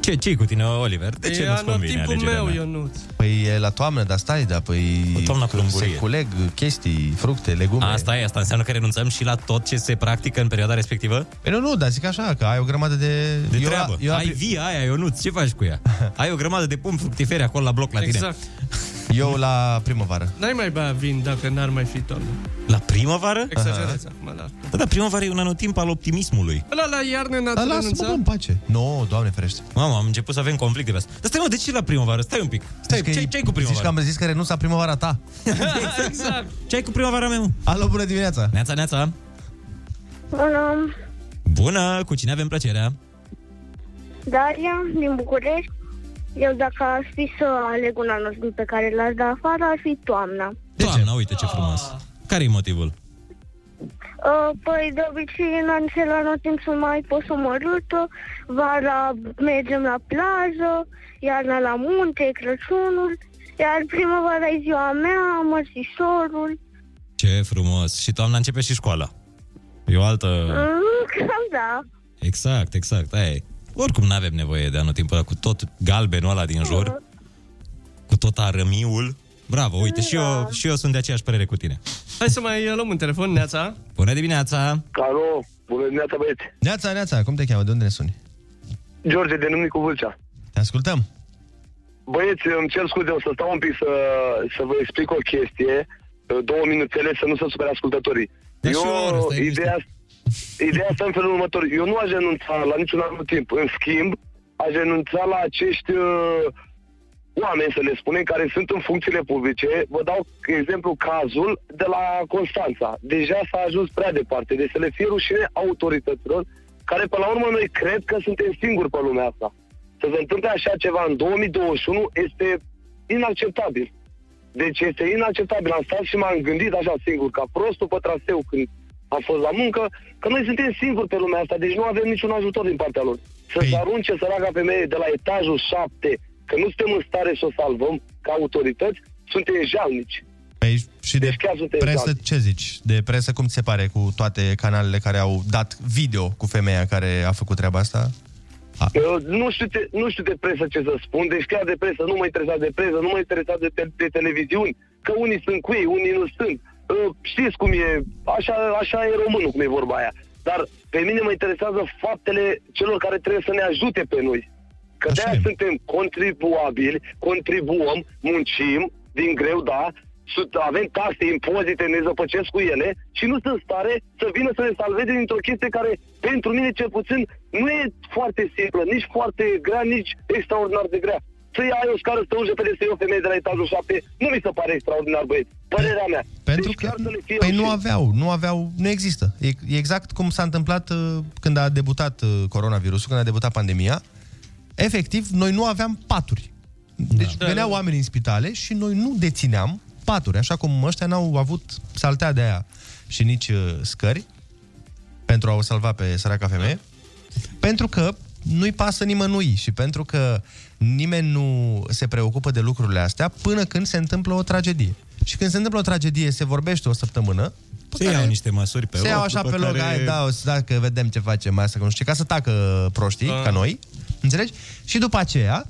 S10: Ce, ce cu tine, Oliver? De ce
S9: e
S10: nu-ți convine
S9: anotimpul
S10: alegerea
S9: meu,
S10: mea?
S9: Ionuț.
S8: Păi e la toamnă, dar stai, da, păi...
S10: toamna
S8: că
S10: plumburie. Ah.
S8: Se culeg chestii, fructe, legume.
S10: Asta e, asta înseamnă că renunțăm și la tot ce se practică în perioada respectivă?
S8: Păi nu, nu, dar zic așa, că ai o grămadă de...
S10: De
S8: eu,
S10: treabă.
S8: Eu, <laughs>
S10: Ai via aia, Ionuț, ce faci cu ea? Ai o grămadă de pum fructifere acolo la bloc la tine.
S9: Exact.
S8: Eu la primăvară.
S9: N-ai mai bea vin dacă n-ar mai fi toamnă.
S10: La primăvară?
S9: Exagerez acum, da.
S10: Da, da, primăvară e un anotimp al optimismului.
S9: Ăla la iarnă n-ați renunțat?
S10: pace. Nu, no, doamne ferește. Mamă, am început să avem conflicte de asta. Dar stai mă, de ce la primăvară? Stai un pic. Stai, ce ce ai cu
S8: Zici că
S10: primăvară?
S8: am zis că renunț la primăvara
S10: <laughs>
S8: ta.
S9: exact.
S10: Ce ai cu primăvara mea?
S8: Alo, bună dimineața.
S10: Neața, neața.
S14: Bună,
S10: Bună, cu cine avem plăcerea?
S14: Daria, din București. Eu dacă aș fi să aleg un anunț pe care l-aș da afară, ar fi toamna.
S10: Doamna, uite ce frumos. Care e motivul?
S14: Uh, păi, de obicei, în acel anotimp sunt mai posomorâtă, vara mergem la plajă, iarna la munte, e Crăciunul, iar primăvara e ziua mea, mărțișorul.
S10: Ce frumos. Și toamna începe și școala. E o altă...
S14: Mm, <laughs> cam da.
S10: Exact, exact, aia e. Oricum nu avem nevoie de anotimpul ăla cu tot galbenul ăla din jur, cu tot arămiul. Bravo, uite, și
S8: Da.
S10: eu, și eu sunt de aceeași părere cu tine.
S9: Hai să mai uh, luăm un telefon, Neața.
S10: Bună dimineața!
S15: Alo, bună dimineața, băieți.
S8: Neața, neața, cum te cheamă? De unde ne suni?
S15: George, de numic cu Vâlcea.
S8: Te ascultăm.
S15: Băieți, îmi cer scuze, o să stau un pic să, să vă explic o chestie, două minutele, să nu se supere ascultătorii.
S10: Dar Da
S15: eu,
S10: și o oră, stai
S15: ideea, ideea asta în felul următor, eu nu aș renunța la niciun anumit timp, în schimb, aș renunța la acești uh, oameni, să le spunem, care sunt în funcțiile publice. Vă dau exemplu cazul de la Constanța. Deja s-a ajuns prea departe, deci să le fie rușine autorităților, care până la urmă noi cred că suntem singuri pe lumea asta. Să se întâmple așa ceva în 2021 este inacceptabil. Deci este inacceptabil. Am stat și m-am gândit așa singur, ca prostul pe traseu când am fost la muncă, că noi suntem singuri pe lumea asta, deci nu avem niciun ajutor din partea lor. Să
S8: Păi-
S15: se arunce săraca femeie de la etajul 7, că nu suntem în stare să o salvăm ca autorități, suntem jalnici. Deci
S8: Păi, și de
S15: chiar suntem
S8: presă,
S15: jalnici.
S8: ce zici? De presă, cum ți se pare cu toate canalele care au dat video cu femeia care a făcut treaba asta?
S15: Eu nu știu, de, nu știu de presă ce să spun, deci chiar de presă, nu mă interesează de presă, nu mă interesează de, te- de televiziuni, că unii sunt cu ei, unii nu sunt. Uh, Știți cum e, așa, așa e românul, cum e vorba aia. Dar pe mine mă interesează faptele celor care trebuie să ne ajute pe noi. Că de aia suntem contribuabili, contribuăm, muncim din greu, da, sunt- avem taxe, impozite, ne zăpăcesc cu ele și nu sunt în stare să vină să ne salveze dintr-o chestie care, pentru mine cel puțin, nu e foarte simplă, nici foarte grea, nici extraordinar de grea. Să iei o scară, să te urce pe să iei o femeie de la etajul 7, nu mi se pare extraordinar, băieți. Părerea mea.
S8: Pentru că păi nu aveau, nu aveau, nu există. E, e exact cum s-a întâmplat uh, când a debutat uh, coronavirusul, când a debutat pandemia. Efectiv, noi nu aveam paturi. Deci da. veneau oameni în spitale și noi nu dețineam paturi, așa cum ăștia n-au avut saltea de aia și nici uh, scări pentru a o salva pe săraca femeie. Pentru că nu-i pasă nimănui și pentru că nimeni nu se preocupă de lucrurile astea până când se întâmplă o tragedie. Și când se întâmplă o tragedie, se vorbește o săptămână,
S10: Se iau niște măsuri pe
S8: se
S10: loc,
S8: iau așa pe
S10: după
S8: loc,
S10: care-
S8: care... da, o să, dacă vedem ce facem, asta, că nu știu, ce, ca să tacă proștii, da. ca noi, înțelegi? Și după aceea,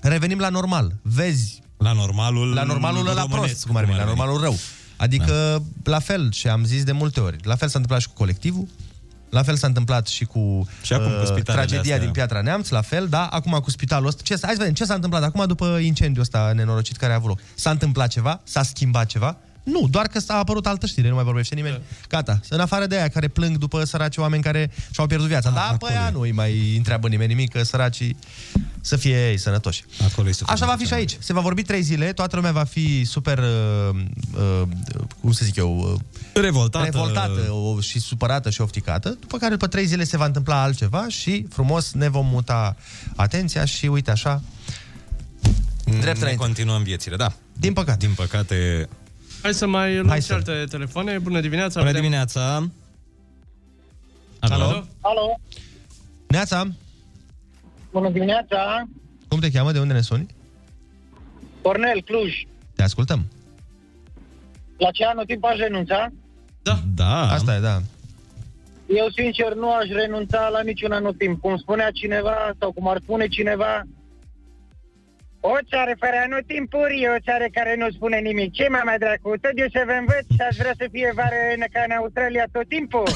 S8: revenim la normal. Vezi
S10: la normalul
S8: la normalul ăla
S10: românesc,
S8: prost, cum ar veni, la normalul rău. Adică, da. la fel, și am zis de multe ori, la fel s-a întâmplat și cu colectivul, la fel s-a întâmplat și cu, uh,
S10: Și acum cu spitalele
S8: tragedia
S10: astea.
S8: din Piatra Neamț, la fel, da, acum cu spitalul ăsta. Ce, s- hai să vedem ce s-a întâmplat acum după incendiul ăsta nenorocit care a avut loc. S-a întâmplat ceva? S-a schimbat ceva? Nu, doar că s-a apărut altă știre, nu mai vorbește nimeni. Gata, în afară de aia care plâng după săraci oameni care și-au pierdut viața. Da, pe aia nu îi mai întreabă nimeni nimic, că săracii să fie ei sănătoși.
S10: Acolo este
S8: Așa va fi și aici. Se va vorbi trei zile, toată lumea va fi super, uh, uh, cum să zic eu, uh,
S10: Revoltată.
S8: revoltată o, și supărată și ofticată, după care după trei zile se va întâmpla altceva și frumos ne vom muta atenția și uite așa,
S10: Drept ne continuăm viețile, da.
S8: Din păcate.
S10: Din
S9: <laughs>
S10: păcate.
S9: Hai să mai luăm Hai și alte telefoane. Bună dimineața!
S10: Bună
S9: vedem-
S10: dimineața! Alo?
S16: Alo,
S8: Neața,
S16: bună dimineața,
S8: cum te cheamă, de unde ne suni?
S16: Cornel, Cluj.
S8: Te ascultăm.
S16: La ce anotimp aș renunța?
S10: Da.
S8: Asta e, da.
S16: Eu, sincer, nu aș renunța la niciun anotimp. Cum spunea cineva sau cum ar spune cineva, o țară fără anotimpuri e o țară care nu spune nimic. Ce mai mai dracu? Tot eu să vă învăț și aș vrea să fie vară în, ca în Australia tot timpul.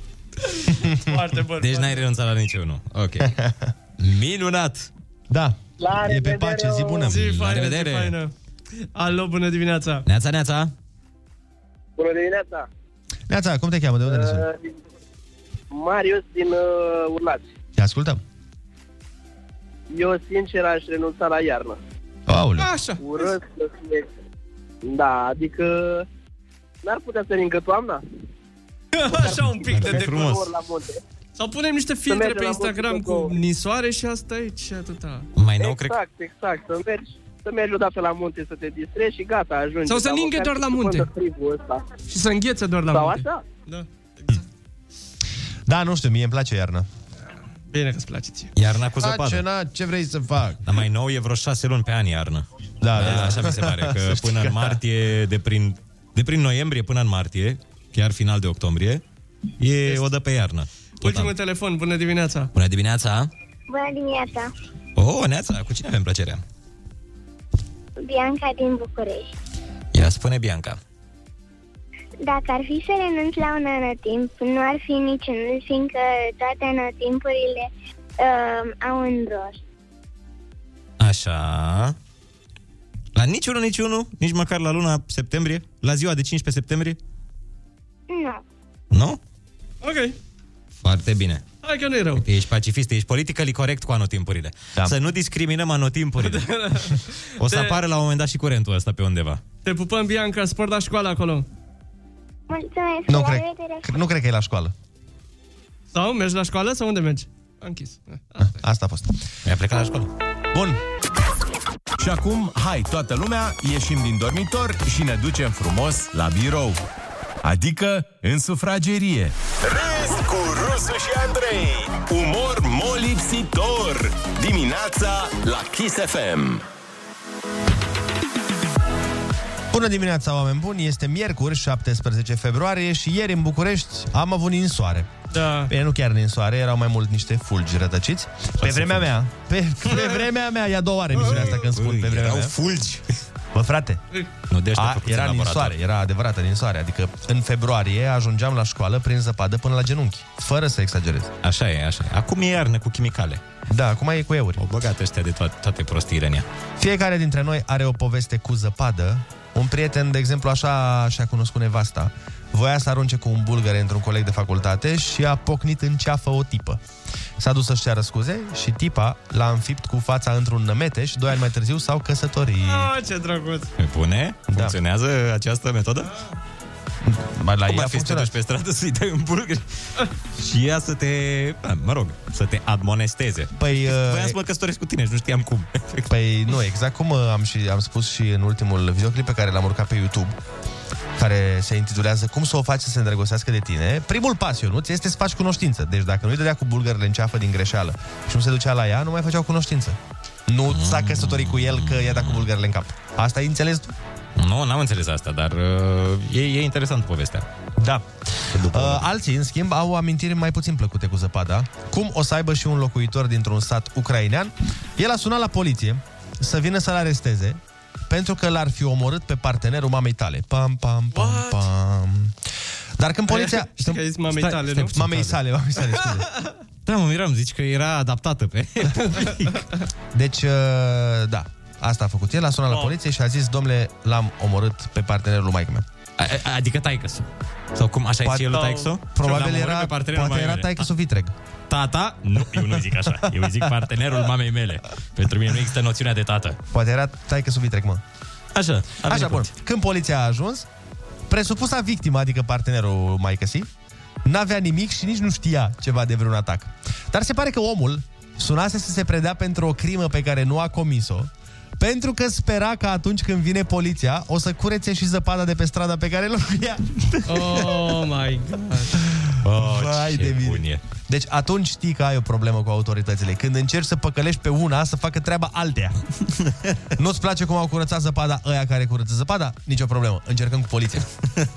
S8: <laughs>
S10: Deci n-ai renunțat la niciunul. Ok. Minunat!
S8: Da.
S16: La
S8: E pe pace, zi bună.
S9: Zi
S8: La
S9: faină, zi
S8: revedere.
S9: faină. Alo, bună dimineața.
S10: Neața, neața.
S17: Bună dimineața!
S8: Neața, cum te cheamă? De unde ne suni?
S17: Uh, Marius din uh, Urlați.
S8: Te ascultăm.
S17: Eu, sincer, aș renunța la iarnă.
S8: Aoleu.
S17: Așa. Urăsc să fie... Da, adică... N-ar putea să rincă toamna?
S9: <laughs> Așa un pic de decor.
S17: La munte.
S9: Sau punem niște
S17: Să
S9: filtre
S17: mergem
S9: pe
S17: la munte
S9: Instagram
S17: cu două.
S9: cu nisoare și asta e și atâta.
S10: Mai
S17: nou, exact, cred... exact. Să mergi, să mergi odată la munte să te distrezi și gata, ajungi.
S9: Sau să
S17: Dar
S9: ninghe
S17: măcar
S9: doar la
S17: să
S9: munte.
S17: până frigul ăsta.
S9: Și să înghețe doar la
S17: Sau
S9: munte.
S17: așa?
S9: Da.
S8: Da, nu știu, mie îmi place iarna.
S9: Bine că îți place ție.
S10: Iarna cu zăpadă.
S8: Face, na, ce vrei să fac?
S10: Dar mai nou e vreo șase luni pe an iarnă.
S8: Da,
S10: da,
S8: da.
S10: Așa mi se pare, că
S8: Să știi
S10: până
S8: că
S10: în
S8: da.
S10: martie, de prin, de prin noiembrie până în martie, chiar final de octombrie, e o dă pe iarnă.
S9: Ultimul telefon, bună dimineața.
S10: Bună dimineața!
S18: Bună dimineața!
S10: Oh, Neața, cu cine avem plăcerea?
S18: Bianca din București.
S10: Ia spune Bianca.
S18: Dacă ar fi să renunț la un anotimp, nu ar fi niciunul, fiindcă toate anotimpurile uh, au un rost.
S10: Așa... La niciunul, niciunul, nici măcar la luna septembrie, la ziua de 15 septembrie,
S18: Nu.
S10: nu?
S9: Ok,
S10: Foarte bine.
S9: hai că nu e rău.
S10: Uite, ești pacifist, ești politically corect cu anotimpurile. Da. Să nu discriminăm anotimpurile.
S9: <laughs>
S10: o să
S9: Da. Te-
S10: apară la un moment dat și curentul ăsta pe undeva.
S9: Te pupăm, Bianca, spor la școală acolo.
S18: Mulțumesc!
S9: Nu
S18: la
S9: cred.
S18: revedere!
S8: Nu cred că e la școală.
S9: Sau mergi la școală sau unde mergi? Am închis.
S8: Asta a fost.
S10: Mi-a plecat la școală.
S7: Bun. Și acum, hai, toată lumea, ieșim din dormitor și ne ducem frumos la birou. Adică în sufragerie.
S1: Râs cu Rusu și Andrei Umor molipsitor Dimineața la Kiss FM
S8: Bună dimineața, oameni buni! Este miercuri, 17 februarie și ieri în București am avut ninsoare.
S9: Da.
S8: Bine, nu chiar ninsoare, erau mai mult niște fulgi rătăciți. Pe vremea mea, pe, pe vremea mea, e a doua oară emisiunea asta când spun pe vremea
S10: erau
S8: mea.
S10: fulgi!
S8: Bă, frate,
S10: Nu, de ăștia
S8: a,
S10: făcuți
S8: era
S10: în
S8: din
S10: laborator.
S8: soare, era adevărată din soare. Adică în februarie ajungeam la școală prin zăpadă până la genunchi, fără să exagerez.
S10: Așa e, așa e. Acum e iarnă cu chimicale.
S8: Da, acum e cu euri.
S10: Au băgat ăștia de toate, toate prostiile în ea.
S8: Fiecare dintre noi are o poveste cu zăpadă. Un prieten, de exemplu, așa și-a cunoscut nevasta. Voia să arunce cu un bulgăre într-un coleg de facultate și a pocnit în ceafă o tipă. S-a dus să-și ceară scuze și tipa l-a înfipt cu fața într-un nămete și doi ani mai târziu s-au căsătorit.
S9: Ah, ce drăguț.
S10: Pe bune?
S8: Da.
S10: Funcționează această metodă?
S8: Ba, la
S10: Cum
S8: ea
S10: ar fi să te duci pe stradă să-i dai un
S9: <laughs>
S10: bulgări și ea să te, da, mă rog, să te admonesteze.
S8: Păi,
S10: Voiam să mă căsătoresc cu tine și nu știam cum.
S8: <laughs> Păi nu, exact cum uh, am, și, am spus și în ultimul videoclip pe care l-am urcat pe YouTube, care se intitulează Cum să o faci să se îndrăgostească de tine. Primul pas, Ionuț, este să faci cunoștință. Deci dacă nu-i dădea cu bulgările în ceafă din greșeală și nu se ducea la ea, nu mai făceau cunoștință. Nu s-a căsătorit cu el că i-a dat cu bulgările în cap. Asta ai înțeles tu?
S10: Nu, n-am înțeles asta, dar uh, e, e interesant povestea.
S8: Da. Uh, alții, în schimb, au amintiri mai puțin plăcute cu zăpada. Cum o să aibă și un locuitor dintr-un sat ucrainean? El a sunat la poliție să vină să-l aresteze pentru că l-ar fi omorât pe partenerul mamei tale. Pam, pam, pam, pam. Dar când
S10: <laughs>
S8: poliția...
S9: Știi că ai zis mamei tale, nu?
S8: Mamei sale, mamei sale, scuze.
S10: Da, mă miram, zici că era
S8: <laughs>
S10: adaptată pe...
S8: Deci, uh, da, asta a făcut el, a sunat la poliție și a zis, domnule, l-am omorât pe partenerul lui maică mea.
S10: A, a- adică taică Sau cum, așa
S8: Poate-
S10: e el taică
S8: Probabil era, poate era taică vitreg.
S10: Tata? Nu, eu nu zic așa. Eu îi zic partenerul mamei mele. Pentru mine nu există noțiunea de tată.
S8: Poate era taică vitreg, mă.
S10: Așa. a venit
S8: Așa, bun.
S10: punct.
S8: Când poliția a ajuns, presupusa victima, adică partenerul maicăsii, n-avea nimic și nici nu știa ceva de vreun atac. Dar se pare că omul sunase să se predea pentru o crimă pe care nu a comis-o, pentru că spera că atunci când vine poliția o să curețe și zăpada de pe strada pe care locuia.
S9: Oh my god.
S10: Oh,
S8: Vai de mine. Deci atunci știi că ai o problemă cu autoritățile. Când încerci să păcălești pe una, să facă treaba altea. <laughs> Nu-ți place cum au curățat zăpada ăia care curăță zăpada? Nicio problemă. Încercăm cu poliția.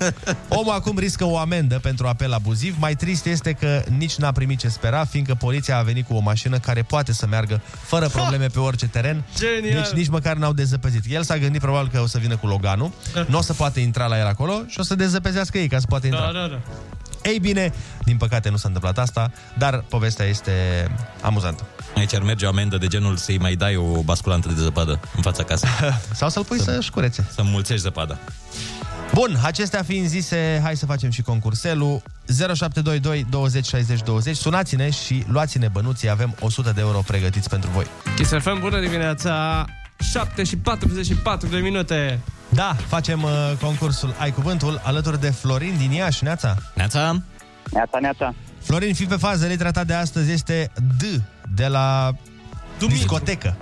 S9: <laughs>
S8: Omul acum riscă o amendă pentru apel abuziv. Mai trist este că nici n-a primit ce spera, fiindcă poliția a venit cu o mașină care poate să meargă fără probleme pe orice teren.
S9: Genial!
S8: Deci nici măcar n-au dezăpezit. El s-a gândit probabil că o
S9: Da.
S8: să vină cu Loganul, nu o să poate intra la el acolo și o să dezăpezească ei ca să poate intra.
S9: Da, da, da.
S8: Ei bine, din păcate nu s-a întâmplat asta, dar povestea este amuzantă.
S10: Aici ar merge o amendă de genul să-i mai dai o basculantă de zăpadă în fața casei.
S8: <laughs> Sau să-l pui să-și curețe.
S10: Să mulțești zăpada.
S8: Bun, acestea fiind zise, hai să facem și concurselul 0722 20 60 20. Sunați-ne și luați-ne bănuții, avem 100 de euro pregătiți pentru voi.
S9: Kiss FM, bună dimineața! 7 și 44 de minute.
S8: Da, facem uh, concursul Ai Cuvântul alături de Florin din Iași. Neața!
S10: Neața!
S19: Neața, neața!
S8: Florin, fi pe fază, litera ta de astăzi este D, de la Dumitru. discotecă.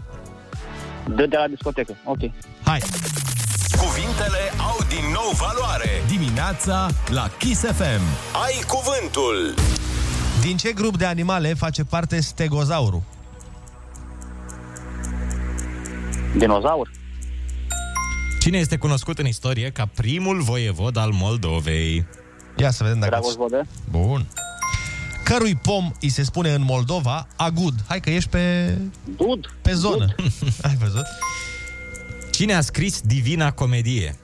S19: D de la discotecă, ok.
S8: Hai!
S1: Cuvintele au din nou valoare.
S7: Dimineața la Kiss FM.
S1: Ai cuvântul.
S8: Din ce grup de animale face parte stegozaurul?
S19: Dinozaur?
S10: Cine este cunoscut în istorie ca primul voievod al Moldovei?
S8: Ia să vedem dacă...
S10: Dragoș
S19: Vodă?
S8: Bun. Cărui pom îi se spune în Moldova agud? Hai că ești pe...
S19: Dud?
S8: Pe zonă.
S10: <laughs>
S8: <laughs> Ai văzut?
S10: Cine a scris Divina Comedie?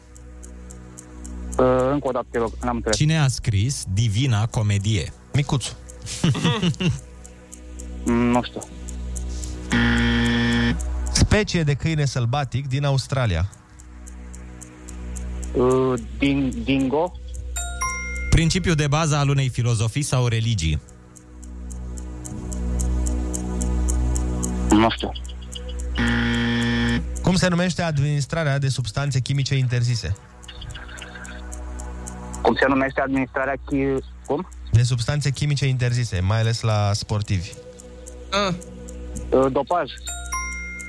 S19: Uh, încă o dată, te rog, n-am înțeles.
S10: Cine a scris Divina Comedie? <laughs>
S8: Micuțu.
S19: Mm, nu știu.
S8: Specie de câine sălbatic din Australia.
S19: Uh, din, dingo?
S10: Principiu de bază al unei filozofii sau religii?
S19: Nu știu.
S8: Cum se numește administrarea de substanțe chimice interzise?
S19: Cum se numește administrarea chi... Cum?
S8: De substanțe chimice interzise, mai ales la sportivi.
S9: Ah.
S19: Uh. Uh, dopaj.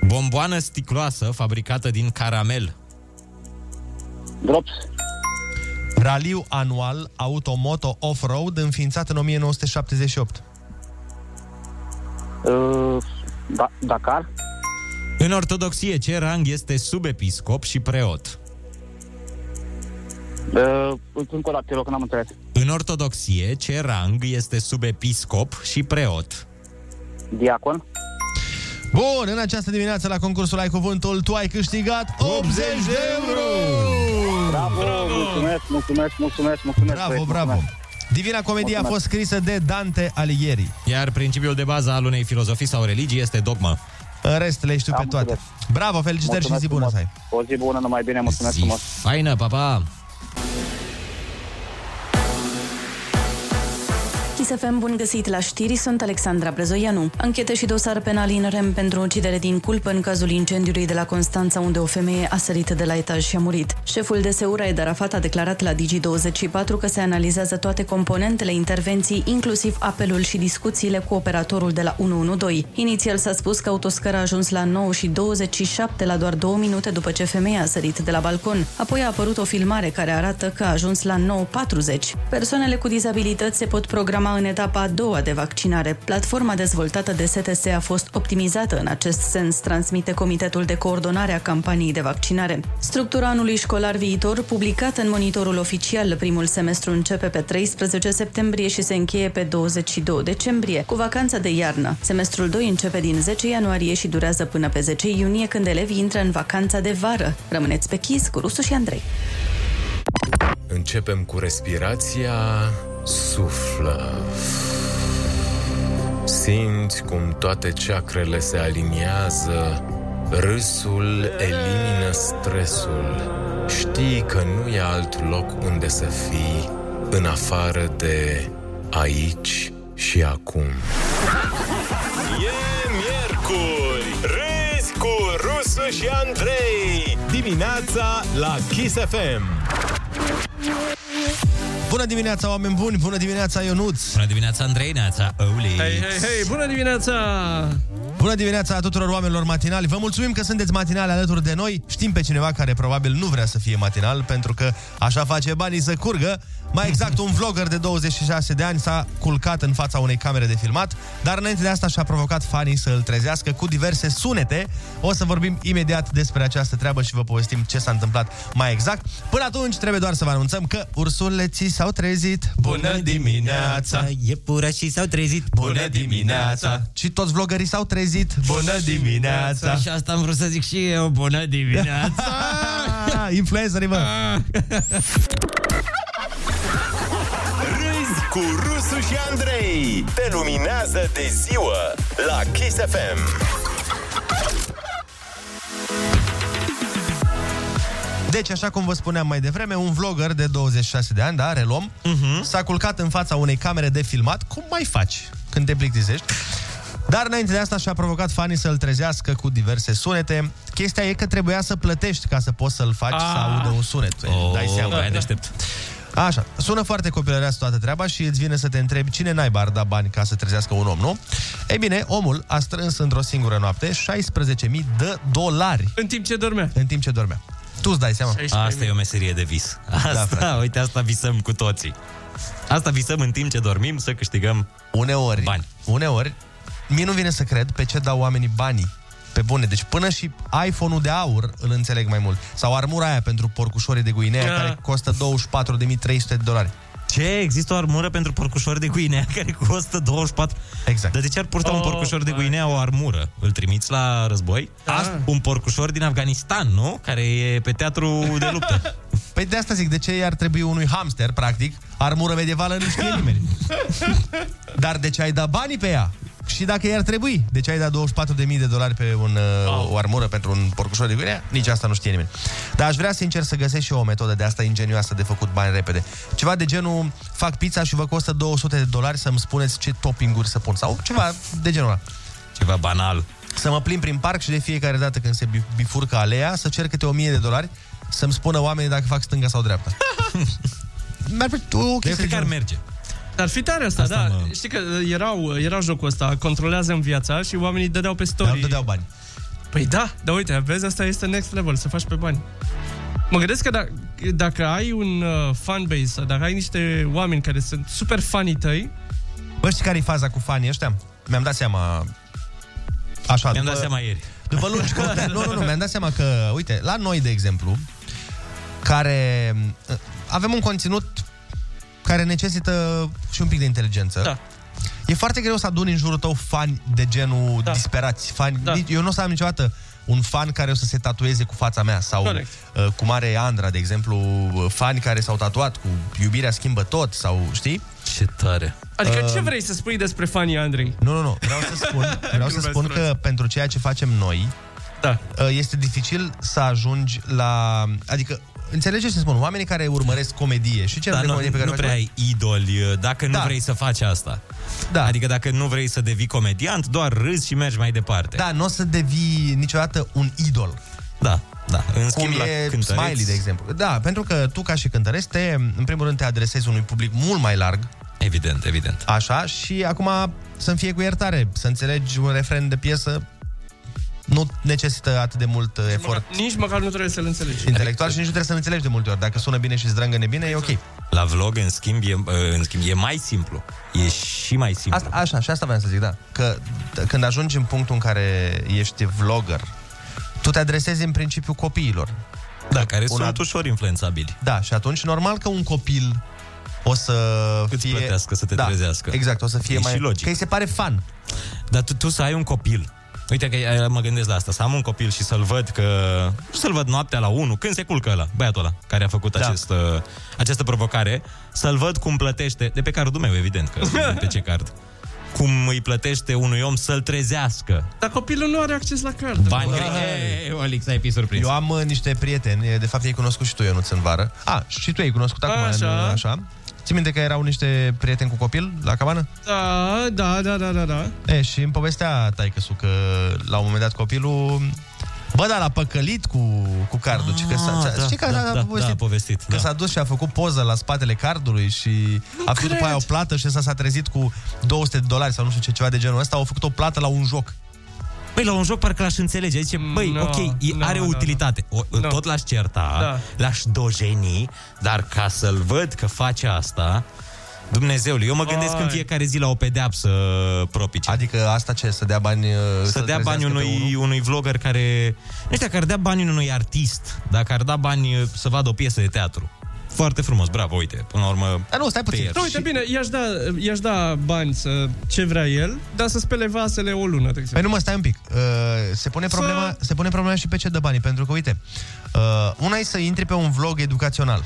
S10: Bomboană sticloasă fabricată din caramel.
S19: Drops.
S8: Raliu anual Automoto Off-Road înființat în 1978.
S19: Uh, da- Dakar?
S10: În ortodoxie, ce rang este subepiscop și preot?
S19: Uh, încă o dată, te rog, n-am înțeles.
S10: În ortodoxie, ce rang este subepiscop și preot?
S19: Diacon?
S8: Bun, în această dimineață la concursul Ai Cuvântul, tu ai câștigat 80 de euro!
S19: Bravo, bravo. mulțumesc, mulțumesc, mulțumesc, mulțumesc.
S8: Bravo,
S19: băieți,
S8: bravo!
S19: mulțumesc.
S8: Divina Comedie a
S19: Mulțumesc.
S8: fost scrisă de Dante Alighieri.
S10: Iar principiul de bază al unei filozofii sau religii este dogma.
S8: În rest le știu pe toate. Bravo, felicitări și
S19: Mulțumesc
S8: zi bună
S19: frumos.
S8: să ai!
S19: O zi bună, numai bine, mulțumesc
S10: Zi
S19: frumos.
S10: faină, pa, pa!
S13: Chisefem, bun găsit la știri, sunt Alexandra Brezoianu. Anchete și dosar penal în rem pentru ucidere din culpă în cazul incendiului de la Constanța, unde o femeie a sărit de la etaj și a murit. Șeful de SEUR, Ed Arafat, a declarat la Digi24 că se analizează toate componentele intervenției, inclusiv apelul și discuțiile cu operatorul de la 112. Inițial s-a spus că autoscara a ajuns la 9 și 27 la doar 2 minute după ce femeia a sărit de la balcon. Apoi a apărut o filmare care arată că a ajuns la 9.40. Persoanele cu dizabilități se pot programa în etapa a doua de vaccinare. Platforma dezvoltată de STS a fost optimizată în acest sens, transmite Comitetul de Coordonare a Campaniei de Vaccinare. Structura anului școlar viitor, publicată în monitorul oficial, primul semestru începe pe 13 septembrie și se încheie pe 22 decembrie, cu vacanța de iarnă. Semestrul 2 începe din 10 ianuarie și durează până pe 10 iunie, când elevii intră în vacanța de vară. Rămâneți pe chis cu Rusu și Andrei.
S1: Începem cu respirația. Suflă. Simți cum toate ceacrele se aliniază. Râsul elimină stresul. Știi că nu e alt loc unde să fii în afară de aici și acum.
S12: E miercuri, râzi cu Rusu și Andrei.
S7: Dimineața la Kiss FM.
S8: Bună dimineața, oameni buni! Bună dimineața, Ionuț!
S10: Bună dimineața, Andrei, neața, Oli.
S9: Hei, hei, hei, bună dimineața!
S8: Bună dimineața tuturor oamenilor matinali! Vă mulțumim că sunteți matinali alături de noi. Știm pe cineva care probabil nu vrea să fie matinal, pentru că așa face banii să curgă. Mai exact, un vlogger de 26 de ani s-a culcat în fața unei camere de filmat, dar înainte de asta și-a provocat fanii să îl trezească cu diverse sunete. O să vorbim imediat despre această treabă și vă povestim ce s-a întâmplat mai exact. Până atunci, trebuie doar să vă anunțăm că ursuleții s-au trezit. Bună dimineața!
S10: Iepurașii s-au trezit.
S8: Bună dimineața! Și toți vlogării s-au trezit. Bună dimineața!
S10: Și asta am vrut să zic și eu, bună dimineața!
S8: Ah,
S10: Ah.
S8: Influencerii, mă!
S1: Râzi
S7: cu Rusu și Andrei. Te luminează de ziua la Kiss FM.
S8: Deci, așa cum vă spuneam mai devreme, un vlogger de 26 de ani, da, relom,
S10: Mhm.
S8: uh-huh. s-a culcat în fața unei camere de filmat. Cum mai faci când te plictisești? Dar înainte de asta și-a provocat fanii să-l trezească cu diverse sunete. Chestia e că trebuia să plătești ca să poți să-l faci să
S10: Ah.
S8: audă un sunet. eh,
S10: Oh,
S8: Dai seama.
S10: mai deștept.
S8: Așa, sună foarte copilăreasă toată treaba și îți vine să te întrebi cine n-ai bar da bani ca să trezească un om, nu? Ei bine, omul a strâns într-o singură noapte 16.000 de dolari. În timp ce dormea. În timp ce dormea. Tu îți dai seama.
S10: Asta e o meserie de vis.
S8: Da,
S10: Asta,
S8: frate.
S10: uite, asta visăm cu toții. Asta visăm în timp ce dormim să câștigăm
S8: uneori,
S10: bani.
S8: Uneori, mie nu vine să cred pe ce dau oamenii banii. Pe bune, deci până și iPhone-ul de aur îl înțeleg mai mult. Sau armura aia pentru porcușorii de guinea,
S10: Da.
S8: care costă 24.300 de dolari.
S10: Ce? Există o armură pentru porcușori de guinea <laughs> care costă 24...
S8: Exact.
S10: Dar de ce ar purta oh, un
S8: Oh,
S10: porcușor de guinea o armură? Îl trimiți la război? Da. un porcușor din Afganistan, nu? Care e pe teatru de luptă.
S8: <laughs> Păi de asta zic, de ce i-ar trebui unui hamster, practic, armură medievală nu
S10: <clears throat>
S8: știe nimeni. Dar de ce ai dat banii pe ea? Și dacă i-ar trebui, de ce ai dat 24.000 de dolari pe un, oh. o armură pentru un porcușor de guinea? Nici asta nu știe nimeni. Dar aș vrea, sincer, să găsesc și eu o metodă de asta ingenioasă de făcut bani repede. Ceva de genul, fac pizza și vă costă 200 de dolari să-mi spuneți ce topping-uri să pun. Sau ceva de genul ăla.
S10: Ceva banal.
S8: Să mă plimb prin parc și de fiecare dată când se bi- bifurcă alea să cer câte 1000 de dolari să-mi spună oamenii dacă fac stânga sau dreapta.
S10: <laughs>
S8: Mi-ar plăcea o chestie de genul.
S10: merge.
S9: Ar fi tare asta, asta da. Mă... Știi că erau, uh, era jocul ăsta, controlează în viața și oamenii dădeau pe story. Dar dădeau
S8: bani.
S9: Păi da, dar uite, vezi, asta este next level, să faci pe bani. Mă gândesc că dacă, dacă ai un uh, fanbase, sau dacă ai niște oameni care sunt super fanii tăi...
S8: Bă, știi care e faza cu fanii ăștia? Mi-am dat seama... Așa,
S10: Mi-am
S8: după-
S10: dat seama ieri.
S8: După
S10: <laughs>
S8: lungi conte- Nu, nu, nu, mi-am dat seama că, uite, la noi, de exemplu, care uh, avem un conținut care necesită și un pic de inteligență. Da. E foarte greu să aduni în jurul tău fani de genul da. disperați. Fani, da. Eu nu o să am niciodată un fan care o să se tatueze cu fața mea sau
S9: Corect.
S8: uh, cum are Andra, de exemplu, uh, fani care s-au tatuat cu iubirea schimbă tot sau, știi? Uh,
S10: Ce tare!
S9: Adică ce vrei să spui despre fanii Andrei?
S8: Ehm, Nu, nu, nu. Vreau să
S10: <laughs>
S8: spun, Vreau să spun că pentru ceea ce facem noi, uh,
S9: da.
S8: este dificil să ajungi la... Adică, înțelegeți ce spun? Oamenii care urmăresc comedie și ce
S10: Dar Da, nu,
S8: comedie pe care
S10: nu
S8: o
S10: prea
S8: facem
S10: ai idoli uh, dacă nu
S8: Da.
S10: vrei să faci asta.
S8: Da.
S10: Adică dacă nu vrei să devii comediant, doar râzi și mergi mai departe.
S8: Da, nu o să devii niciodată un idol.
S10: Da, da. În
S8: Cum
S10: schimb, la
S8: e
S10: cântăreți-
S8: Smiley, de exemplu. Da, pentru că tu ca și cântăreț, te, în primul rând te adresezi unui public mult mai larg.
S10: Evident, evident.
S8: Așa, și acum să-mi fie cu iertare, să înțelegi un refren de piesă nu necesită atât de mult uh, efort
S9: Nici măcar nu trebuie să-l înțelegi.
S8: intelectual și nici nu trebuie să-l înțelegi de multe ori. Dacă sună bine și zdrângă nebine, e ok.
S10: La vlog, în schimb, e, uh, în schimb, e mai simplu. E și mai simplu.
S8: Asta, așa, și asta vreau să zic, da. Că t- când ajungi în punctul în care ești vlogger, tu te adresezi în principiu copiilor.
S10: Da, care
S8: Un
S10: sunt
S8: ad-
S10: ușor influențabili.
S8: Da, și atunci normal că un copil o să
S10: Îți
S8: fie...
S10: plătească să te
S8: da,
S10: trezească.
S8: Exact, o să fie
S10: E
S8: mai...
S10: și logic.
S8: Că îi se pare fan.
S10: Dar tu, tu să ai un copil. Uite că eh, mă gândesc la asta, să am un copil și să-l văd că... Să-l văd noaptea la 1, când se culcă ăla, băiatul ăla, care a făcut da. acest, eh, această provocare, să-l văd cum plătește, de pe cardul meu,
S8: <laughs>
S10: evident, că pe ce card, cum îi plătește unui om să-l trezească.
S9: Dar copilul nu are acces la carte.
S10: Bani grei. Olix, ai fi surprins.
S8: Eu am uh, niște prieteni, e, de fapt ei cunoscut și tu, Ionuț, în vară. A, și tu ai cunoscut acum,
S9: Așa.
S8: așa. În, uh, așa. Ții minte că erau niște prieteni cu copil la cabană?
S9: Da, da, da, da, da, da.
S8: E, și îmi povestea taicăsu că la un moment dat copilul Bă, dar l-a păcălit cu, cu cardul. Ah, că s-a,
S10: da,
S8: da, știi că
S10: da,
S8: a,
S10: da,
S8: a povestit,
S10: da, a povestit,
S8: că s-a dus și a făcut poză la spatele cardului și nu a făcut după aia o plată și s-a, s-a trezit cu 200 de dolari sau nu știu ce, ceva de genul ăsta. Au făcut o plată la un joc.
S10: Băi, la un joc parcă l-aș înțelege. Zice, băi,
S8: No,
S10: ok, e,
S8: no,
S10: are
S8: no,
S10: o utilitate. O, Tot l-aș certa,
S8: Da.
S10: l-aș dojeni, dar ca să-l văd că face asta... Dumnezeule, eu mă gândesc
S8: Vai.
S10: în fiecare zi la o pedeapsă propice.
S8: Adică asta ce, să dea bani...
S10: Să dea bani unui, unui vlogger care... Nu știu, dacă ar dea bani unui artist, dacă ar da bani uh, să vadă o piesă de teatru. Foarte frumos, bravo, uite, până la urmă... te
S9: Nu,
S10: iert.
S9: uite, bine, i-aș da, i-aș da bani să, ce vrea el, dar să spele vasele o lună, de exemplu.
S8: Păi nu mă, stai un pic. Uh, se, pune
S9: Să-
S8: problema, se pune problema și pe ce dă banii, pentru că, uite, uh, una e să intri pe un vlog educațional.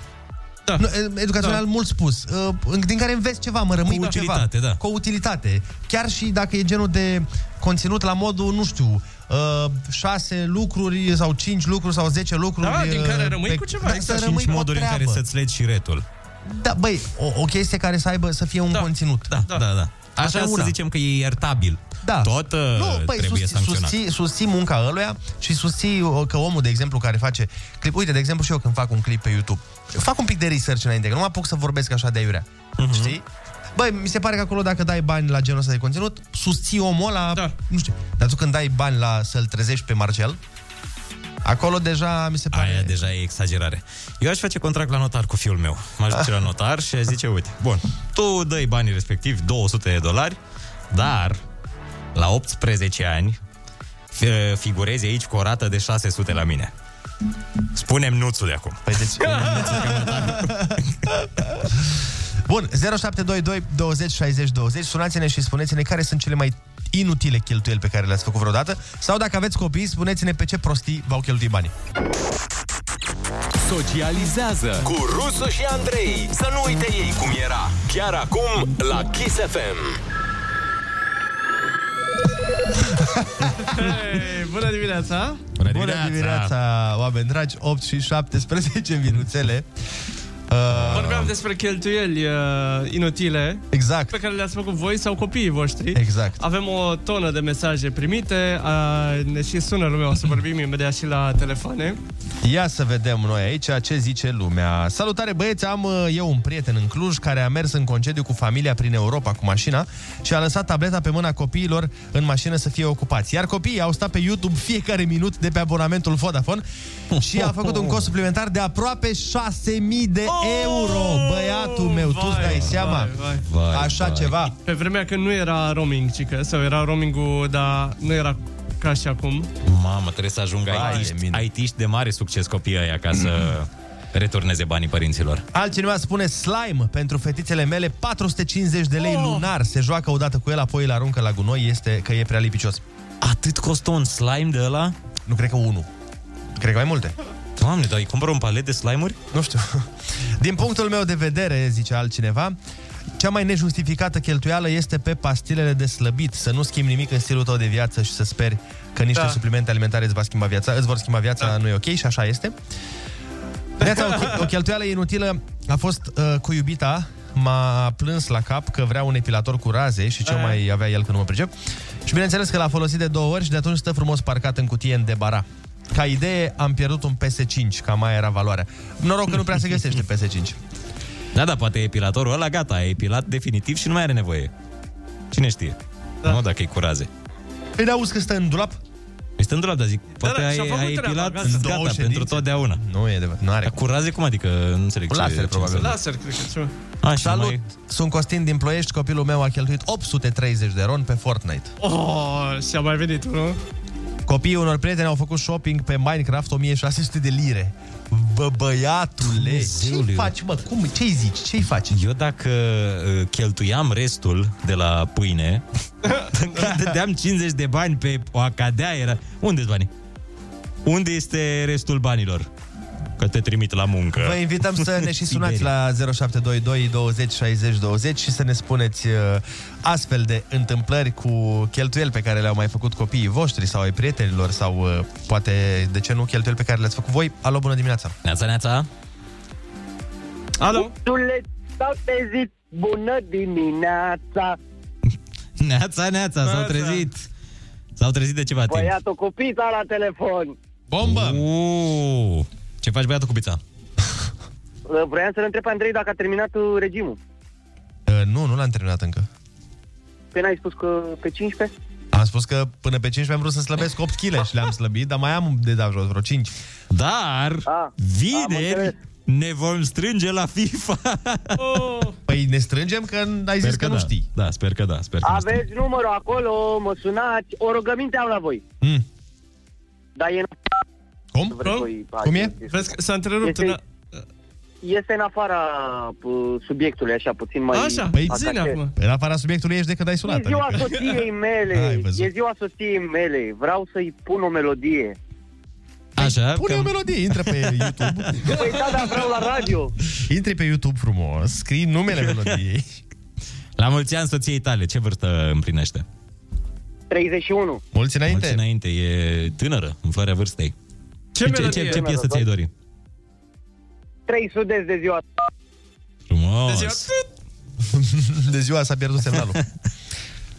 S8: Da. Educațional da. mult spus. Uh, Din care înveți ceva, mă rămâi
S10: Cu
S8: cu ceva.
S10: utilitate, da.
S8: Cu o utilitate. Chiar și dacă e genul de conținut la modul, nu știu, uh, șase lucruri sau cinci lucruri sau zece lucruri.
S9: Da, din
S8: uh,
S9: care rămâi cu ceva,
S8: da,
S9: exact.
S8: Să
S9: Cinci
S8: rămâi cu o
S10: moduri în care
S8: treabă.
S10: să-ți legi și retul.
S8: Da, băi, o, o chestie care să aibă, să fie un da. conținut. Da,
S10: da, da.
S8: Asta e
S10: Așa să
S8: una.
S10: zicem că e iertabil.
S8: Da.
S10: Tot uh,
S8: Nu, păi,
S10: trebuie
S8: susții,
S10: sancționat.
S8: susții, susții munca ăluia și susții uh, că omul, de exemplu, care face clip... Uite, de exemplu, și eu când fac un clip pe YouTube, fac un pic de research înainte, că nu mă apuc să vorbesc așa de aiurea.
S10: Mhm.
S8: Uh-huh. Știi? Băi, mi se pare că acolo dacă dai bani la genul ăsta de conținut, susții omul ăla, da. nu știu. Dar tu când dai bani la să-l trezești pe Marcel, acolo deja mi se pare...
S10: Aia deja e exagerare. Eu aș face contract la notar cu fiul meu. M-aș duce la notar și aș zice, uite, bun, tu dai banii respectiv, 200 de dolari, dar la 18 ani fi- figurezi aici cu o rată de 600 la mine. Spunem nuțul de acum.
S8: Păi deci... Bun, 0722 20 60 20 Sunați-ne și spuneți-ne care sunt cele mai inutile cheltuieli pe care le-ați făcut vreodată sau dacă aveți copii, spuneți-ne pe ce prostii v-au cheltuit banii.
S7: Socializează cu Rusu și Andrei. Să nu uite ei cum era. Chiar acum la Kiss FM.
S9: Hei, bună dimineața!
S8: Bună dimineața! Bună dimineața, oameni dragi! 8 și 17 <laughs> minuțele. Uh,
S9: Vorbeam despre cheltuieli uh, inutile
S8: exact.
S9: pe care le-ați făcut voi sau copiii voștri.
S8: Exact.
S9: Avem o tonă de mesaje primite, uh, ne și sună lumea, o să vorbim imediat și la telefoane.
S8: Ia să vedem noi aici ce zice lumea. Salutare băieți, am uh, eu un prieten în Cluj care a mers în concediu cu familia prin Europa cu mașina și a lăsat tableta pe mâna copiilor în mașină să fie ocupați. Iar copiii au stat pe YouTube fiecare minut de pe abonamentul Vodafone și a făcut un cost suplimentar de aproape 6.000 de euro. Băiatul meu, tu îți dai seama?
S9: vai,
S8: Oh, vai. Așa ceva.
S9: Pe vremea când nu era roaming, cică, sau era roaming-ul, dar nu era ca și acum.
S10: <laughs> Mamă, trebuie să ajungă IT-ști, IT-ști de mare succes copiii aia ca să returneze banii părinților.
S8: Altcineva spune slime pentru fetițele mele 450 de lei lunar. Se joacă odată cu el, apoi îl aruncă la gunoi, este că e prea lipicios.
S10: Atât costă un slime de ăla?
S8: Nu cred că unul. Cred că mai multe.
S10: Doamne, dar îi cumpără un palet de slime-uri?
S8: Nu știu. Din punctul meu de vedere, zice altcineva, cea mai nejustificată cheltuială este pe pastilele de slăbit. Să nu schimbi nimic în stilul tău de viață și să speri că niște
S9: Da.
S8: da. suplimente alimentare îți, va schimba viața, îți vor schimba viața, da. nu e ok și așa este. Neața, o, o cheltuială inutilă a fost uh, cu iubita, m-a plâns la cap că vrea un epilator cu raze și ce
S10: Eh.
S8: mai avea el că nu mă pricep. Și bineînțeles că l-a folosit de două ori și de atunci stă frumos parcat în cutie în debara. Ca idee, am pierdut un PS5, ca mai era valoarea. Noroc că nu prea se
S10: <laughs>
S8: găsește PS5.
S10: Da, da, poate epilatorul ăla, gata, a epilat definitiv și nu mai are nevoie. Cine știe? Da. Nu, dacă e cu raze.
S8: Păi da, auzi că stă în dulap?
S10: Este în dulap, dar zic, poate da,
S8: da,
S10: ai,
S8: și-a făcut
S10: ai
S8: treaba,
S10: epilat
S8: gata.
S10: gata,
S8: Două
S10: gata pentru
S8: ședințe.
S10: totdeauna.
S8: Nu e adevărat, nu are.
S10: Dar cu raze cum adică? Nu înțeleg
S8: Cu
S10: ce-
S8: laser,
S10: ce
S8: probabil.
S10: înseamnă.
S9: Laser, cred că ceva.
S10: Așa,
S8: Salut!
S10: mai-
S8: Sunt Costin din Ploiești, copilul meu a cheltuit 830 de ron pe Fortnite.
S9: Oh, și-a mai venit unul.
S8: Copiii unor prieteni au făcut shopping pe Minecraft 1600 de lire. Bă, băiatule, ce
S10: Dumnezeule.
S8: faci, mă? Cum? Ce-i zici? Ce-i faci?
S10: Eu dacă uh, cheltuiam restul de la pâine, <laughs> când dădeam 50 de bani pe o acadea, era... unde sunt banii? Unde este restul banilor? Că te trimit la muncă.
S9: Da.
S8: Vă invităm să ne și sunați
S10: <laughs> Siberia.
S8: la 0722 20 60 20 și să ne spuneți uh, astfel de întâmplări cu cheltuieli pe care le-au mai făcut copiii voștri sau ai prietenilor sau uh, poate, de ce nu, cheltuieli pe care le-ați făcut voi. Alo, bună dimineața!
S10: Neața, neața!
S9: Alo?
S19: Dule, s-au trezit, bună dimineața!
S10: Neața, neața, s-au trezit. S-au trezit de ceva timp.
S19: Băiatul cu pizza la telefon! Uh,
S8: Bombă!
S10: Uuu, ce faci băiatul cu pizza?
S19: Vreau să-l întreb pe Andrei dacă a terminat uh, regimul.
S8: Uh, nu, nu l-am terminat încă.
S19: Pe n-ai spus că pe 15?
S8: Am spus că până pe 15 am vrut să slăbesc 8 kg și le-am slăbit, dar mai am de dat jos vreo 5.
S10: Dar vineri ne vom strânge la FIFA.
S8: <laughs> Păi ne strângem că ai zis că nu știi.
S10: Da, sper că da, sper că nu știi.
S19: Aveți numărul acolo, mă sunați, o rugăminte am la voi.
S8: Mm.
S19: Dar e...
S8: Cum?
S19: Vreți voi- Hai,
S9: Vezi că s-a întrerupt.
S19: Este-
S9: da.
S19: Este în afara pă, subiectului, așa, puțin mai...
S9: Așa, păi
S19: atașe.
S9: zine acum.
S8: În afara subiectului ești de când ai sunat.
S19: E ziua
S8: adică-
S9: <laughs>
S19: soției
S8: Ai
S19: mele,
S8: văzut.
S19: e ziua soției mele, vreau să-i pun o melodie.
S10: A, Așa,
S8: pune
S10: că-
S8: o melodie, intră pe
S10: <laughs>
S8: YouTube.
S10: Păi da, dar vreau la radio.
S8: Intri pe YouTube frumos, scrii <laughs> numele melodiei.
S10: La mulți ani soției tale, ce vârstă împlinește?
S15: 31.
S8: Mulți înainte.
S10: Mulți înainte, e tânără, în floarea vârstei.
S15: Ce
S10: Și ce,
S15: melodie?
S10: ce, ce piesă ți-ai dori?
S15: 3 sudezi de ziua.
S8: Deci
S10: Frumos.
S8: <laughs> De ziua s-a pierdut
S19: <laughs>
S8: semnalul.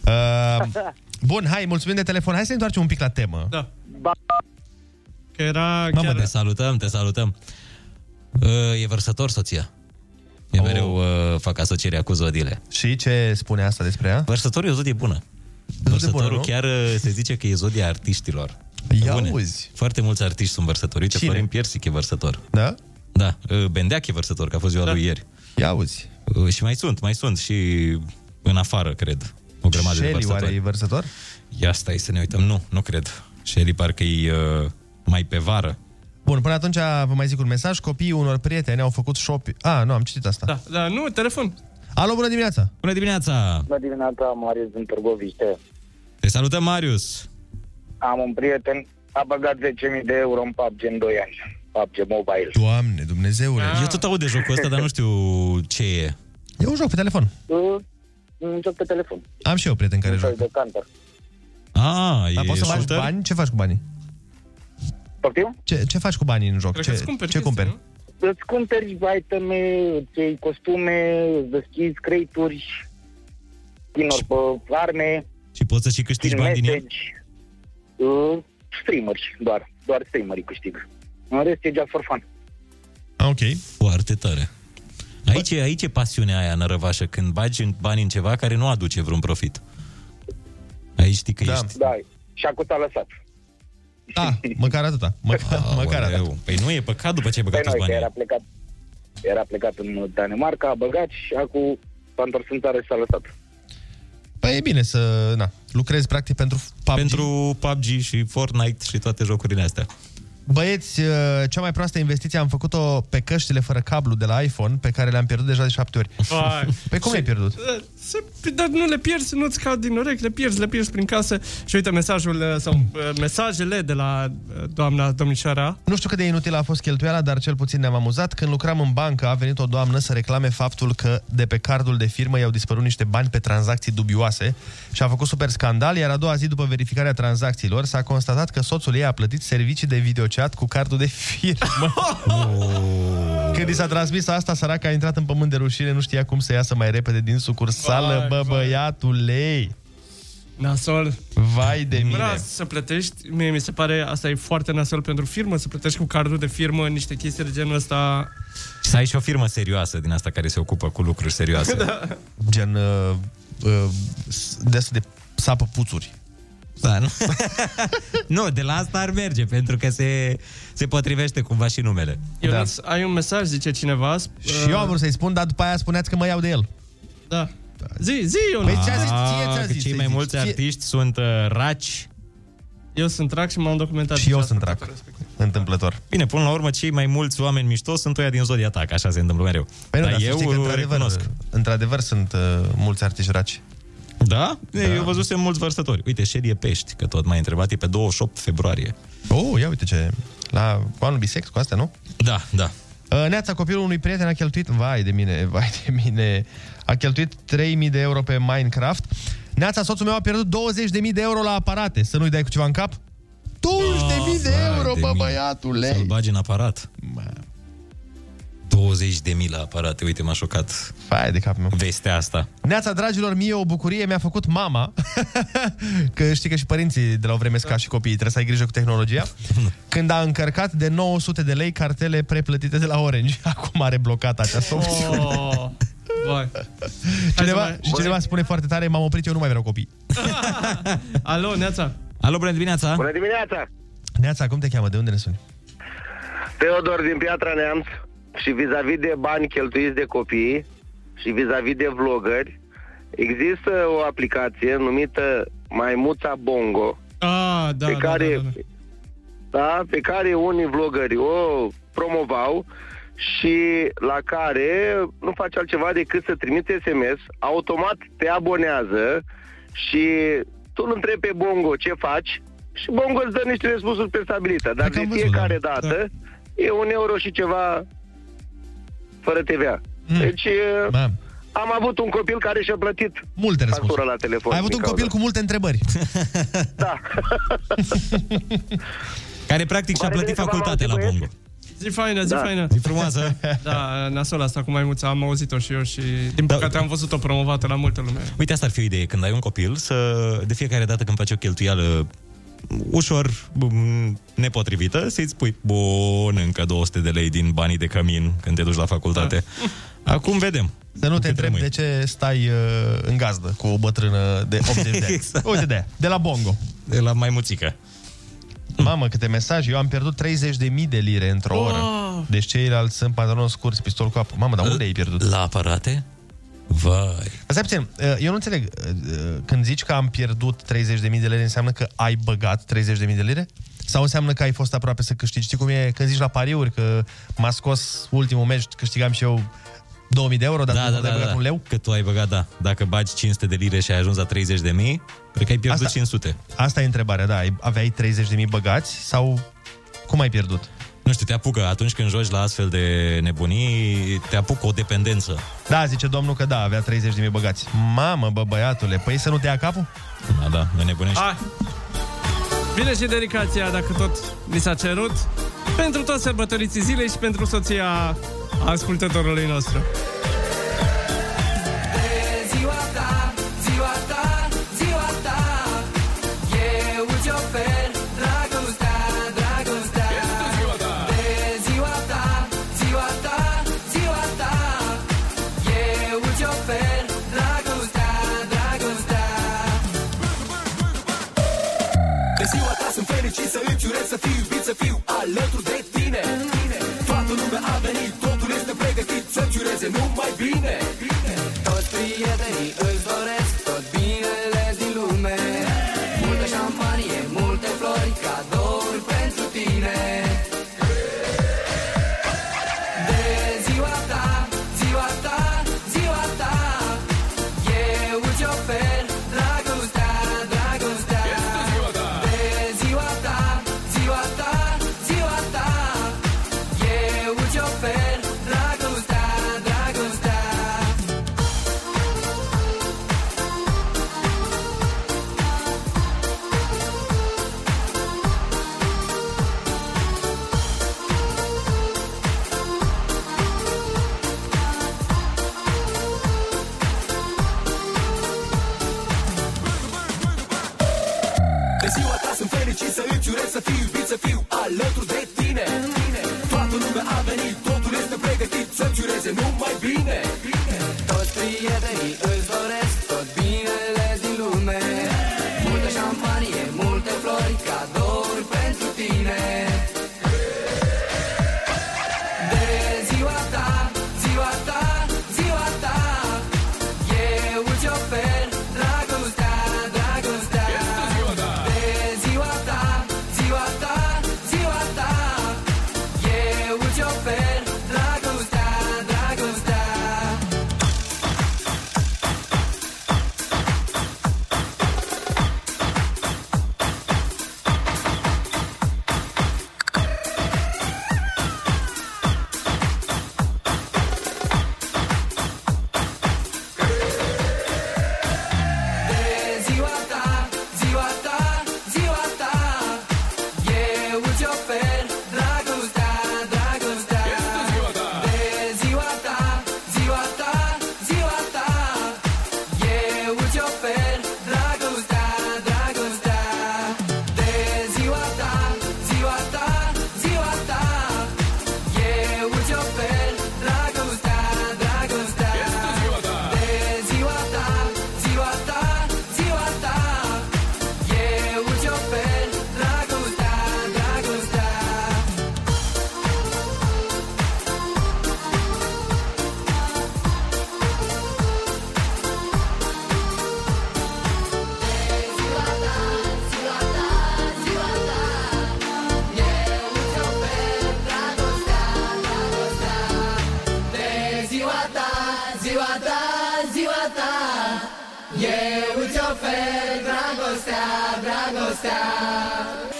S8: Uh, bun, hai, mulțumim de telefon. Hai să ne întoarcem un pic la temă.
S9: Da.
S10: Că era Mamă, te salutăm, te salutăm. Uh, E vărsător soția. Eu mereu uh, fac asocierea cu zodiile.
S8: Și ce spune asta despre ea?
S10: Vărsătorul e o zodie bună. Vărsătorul
S8: bună, nu?
S10: chiar uh, se zice că e zodia artiștilor.
S8: Ia
S10: Bune.
S8: auzi.
S10: Foarte mulți artiști sunt vărsători. Uite,
S8: Cine?
S10: Florin Piersic e vărsător.
S8: Da?
S10: Da, uh, Bendeac e vărsător, că a fost ziua da. lui ieri. Uh,
S8: Ia auzi.
S10: Și mai sunt, mai sunt și în afară, cred. O grămadă de
S8: Shelly,
S10: vărsători.
S8: oare e vărsător?
S10: Ia stai să ne uităm. Nu, nu cred. Shelly parcă e uh, mai pe vară.
S8: Bun, până atunci vă mai zic un mesaj. Copiii unor prieteni au făcut shopping. Ah, nu, am citit asta. Da.
S9: Da, nu, telefon.
S8: Alo, bună dimineața!
S10: Bună dimineața!
S15: Bună dimineața, Marius din Târgoviște.
S10: Te salutăm, Marius!
S15: Am un prieten, a băgat 10.000 de euro în PUBG în 2 ani. PUBG Mobile.
S8: Doamne, Dumnezeule!
S10: Eu tot aud de jocul ăsta, dar nu știu ce e.
S8: E un joc pe telefon.
S15: Uh, Un joc pe telefon.
S8: Am și eu prieten care
S15: Un
S8: joacă.
S15: fel de counter.
S10: Ah,
S8: Dar
S10: e
S8: poți să faci
S10: shooter?
S8: bani? Ce faci cu banii?
S15: Poftim?
S8: Ce, ce faci cu banii în joc?
S15: Cred că
S8: ce
S15: îți cumperi
S8: ce cumperi?
S15: Îți cumperi iteme, îți iei costume, îți deschizi crate-uri, skin-uri pe arme,
S10: Și poți să și câștigi
S15: skin
S10: bani din el?
S15: message, uh, streameri doar. Doar streamerii câștig. În rest e just for fun.
S10: Ah,
S8: Ok.
S10: Foarte tare. Aici, e- aici e pasiunea aia nărăvașă, când bagi în- bani în ceva care nu aduce vreun profit. Aici știi că da. ești...
S15: Da, și acum s-a lăsat.
S8: Da, măcar atâta.
S15: <laughs>
S8: Măcar, măcar atâta.
S10: Păi nu e păcat după ce ai băgat
S15: Pe
S10: toți
S15: noi, că
S10: banii.
S15: era plecat, era plecat în Danemarca, a băgat și acum s-a întors în țară și s-a lăsat.
S8: Păi e bine să na, lucrezi practic pentru PUBG.
S10: Pentru PUBG și Fortnite și toate jocurile astea.
S8: Băieți, uh, cea mai proastă investiție am făcut-o pe căștile fără cablu de la iPhone, pe care le-am pierdut deja de șapte ori.
S9: Vai.
S8: Păi cum ai pierdut?
S9: Da, Se, dar nu le pierzi, nu-ți cad din urechi, le pierzi, le pierzi prin casă. Și uite mesajul uh, sau uh, mesajele de la uh, doamna domnișoara.
S8: Nu știu cât de inutilă a fost cheltuiala, dar cel puțin ne-am amuzat. Când lucram în bancă, a venit o doamnă să reclame faptul că de pe cardul de firmă i-au dispărut niște bani pe tranzacții dubioase și a făcut super scandal, iar a doua zi după verificarea tranzacțiilor s-a constatat că soțul ei a plătit servicii de videochat cu cardul de
S9: <laughs>
S8: firmă. Când i s-a transmis asta, săraca a intrat în pământ de rușine, nu știa cum să iasă mai repede din sucursală,
S9: Vai,
S8: bă,
S9: vai.
S8: băiatulei!
S9: Nasol.
S8: Vai de mine!
S9: Bra, să plătești, mie mi se pare, asta e foarte nasol pentru firmă, să plătești cu cardul de firmă niște chestii de genul ăsta.
S10: Și să ai și o firmă serioasă din asta care se ocupă cu lucruri serioase. <laughs>
S9: Da.
S8: Gen uh, uh, de asta de sapă puțuri.
S10: Da, nu? <laughs> nu, de la asta ar merge, pentru că se, se potrivește cumva și numele.
S9: Ionuț, da. ai un mesaj, zice cineva. Sp-
S8: Și eu am vrut să-i spun, dar după aia spuneați că mă iau de el.
S9: Da. Zi, zi, Ionuț.
S8: Păi ți-a zis, ție ți-a
S10: Ah, că
S8: zis.
S10: cei mai mulți artiști sunt uh, raci.
S9: Eu sunt rac și m-am documentat.
S8: Și eu sunt rac. Întâmplător.
S10: Bine, până la urmă, cei mai mulți oameni mișto sunt oia din zodia ta, că așa se întâmplă mereu.
S8: Păi nu,
S10: Dar
S8: dar eu
S10: eu
S8: știi că
S10: uh,
S8: într-adevăr,
S10: recunosc.
S8: într-adevăr sunt uh, mulți artiști raci.
S10: Da? da? Eu văzusem mulți vărsători. Uite, Shelley e pești, că tot m-ai întrebat, e pe 28 februarie.
S8: Oh, ia uite ce... La cu anul bisex, cu astea, nu?
S10: Da, da.
S8: Uh, Neața, copilul unui prieten a cheltuit... Vai de mine, <laughs> vai de mine... A cheltuit 3.000 de euro pe Minecraft. Neața, soțul meu a pierdut 20.000 de euro la aparate. Să nu-i dai cu ceva în cap? 20.000 de
S10: Ah,
S8: euro, bă, băiatule!
S10: Să-l bagi în aparat. 20.000 la aparate, uite, m-a șocat.
S8: Fai de cap meu.
S10: Vestea asta.
S8: Neața, dragilor, mie o bucurie mi-a făcut mama, <laughs> că știi că și părinții de la o vreme sunt ca și copiii, trebuie să ai grijă cu tehnologia, când a încărcat de 900 de lei cartele preplătite de la Orange. <laughs> Acum are blocat această opțiune.
S9: Oh, vai.
S8: Cineva, și cineva spune foarte tare, m-am oprit, eu nu mai vreau copii.
S9: Alo, Neața.
S10: Alo, bună dimineața.
S20: Bună dimineața!
S8: Neața, cum te cheamă? De unde ne suni?
S20: Teodor din Piatra Neamț și vis-a-vis de bani cheltuiți de copii și vis-a-vis de vlogări, există o aplicație numită Maimuța Bongo,
S9: Ah, da,
S20: pe
S9: da,
S20: care,
S9: da, da, da.
S20: Da, pe care unii vlogări o promovau și la care nu faci altceva decât să trimiți SMS, automat te abonează și tu îl întrebi pe Bongo ce faci
S15: și Bongo îți dă niște răspunsuri prestabilite. Dar de
S10: da.
S15: fiecare dată e un euro și ceva fără TVA.
S10: Mm.
S15: Deci e, am avut un copil care și-a plătit
S8: Multe
S15: factura la telefon.
S8: Ai avut
S15: din
S8: un
S15: cauza
S8: copil cu multe întrebări.
S10: Care practic și-a plătit facultatea la Bongo.
S9: Zi faină, zi
S10: Da.
S9: faină.
S10: Zi frumoasă.
S9: Da, nasola asta cu maimuța, am auzit-o și eu și din păcate am văzut-o promovată la multă lume.
S10: Uite, asta ar fi o idee. Când ai un copil, să de fiecare dată când faci o cheltuială ușor m, nepotrivită, să-i spui, bun, încă 200 de lei din banii de cămin când te duci la facultate. <laughs> Acum vedem.
S8: Să nu te întreb de ce stai uh, în gazdă cu o bătrână de 80 de ani.
S10: <laughs> Exact.
S8: Uite de de la Bongo.
S10: De la maimuțică.
S8: Mamă, câte mesaje. Eu am pierdut 30.000 de lire într-o oră.
S10: Wow.
S8: Deci ceilalți sunt pantaloni scurți, pistol cu apă. Mamă, dar unde ai pierdut?
S10: La aparate? Vai.
S8: Stai puțin, uh, eu nu înțeleg. uh, uh, Când zici că am pierdut 30.000 de lire, înseamnă că ai băgat 30.000 de lire? Sau înseamnă că ai fost aproape să câștigi? Știi cum e când zici la pariuri că m-a scos ultimul meci, câștigam și eu 2000 de euro,
S10: Da,
S8: dar tu ai băgat un leu?
S10: Că tu ai băgat, da. Dacă bagi 500 de lire și ai ajuns la 30 de mii, cred că ai pierdut
S8: Asta-
S10: Asta. 500.
S8: Asta e întrebarea, da. Ai- Aveai 30 de mii băgați sau cum ai pierdut?
S10: Nu știu, te apucă atunci când joci la astfel de nebunii, te apucă o dependență.
S8: Da, zice domnul că da, avea 30 de mii băgați. Mamă, bă, băiatule, păi să nu te ia capul?
S10: Da, da, ne nebunești.
S9: Hai! Bine și dedicația, dacă tot mi s-a cerut, pentru toți sărbătoriții zilei și pentru soția ascultătorului nostru.
S21: ziua ta, ziua ta, ziua ta Eu îți ofer dragostea, dragostea De ziua ta, ziua ta, ziua ta Eu îți ofer dragostea, dragostea De ziua ta sunt fericit să îți urez să fiu iubit, să fiu alături de tine Toată lumea a venit, totul este pregătit să-ți ureze numai bine toți prietenii îți doresc tot binele din lume Multă șampanie, multe flori, cadouri pentru tine De ziua ta, ziua ta, ziua ta Eu îți ofer dragostea, dragostea De ziua ta, ziua ta, ziua ta Eu îți ofer dragostea, dragostea De ziua ta sunt fericit să îți urez să fiu iubit, să fiu alături de tine Toată lumea a venit, totul este pregătit să-ți ureze numai bine Toți prietenii îți doresc tot binele din lume Multă șampanie, multe flori, cadouri pentru tine De ziua ta, ziua ta, ziua ta Eu îți ofer dragostea, dragostea de ziua ta, ziua ta, ziua ta Eu îți ofer dragostea, dragostea dragostea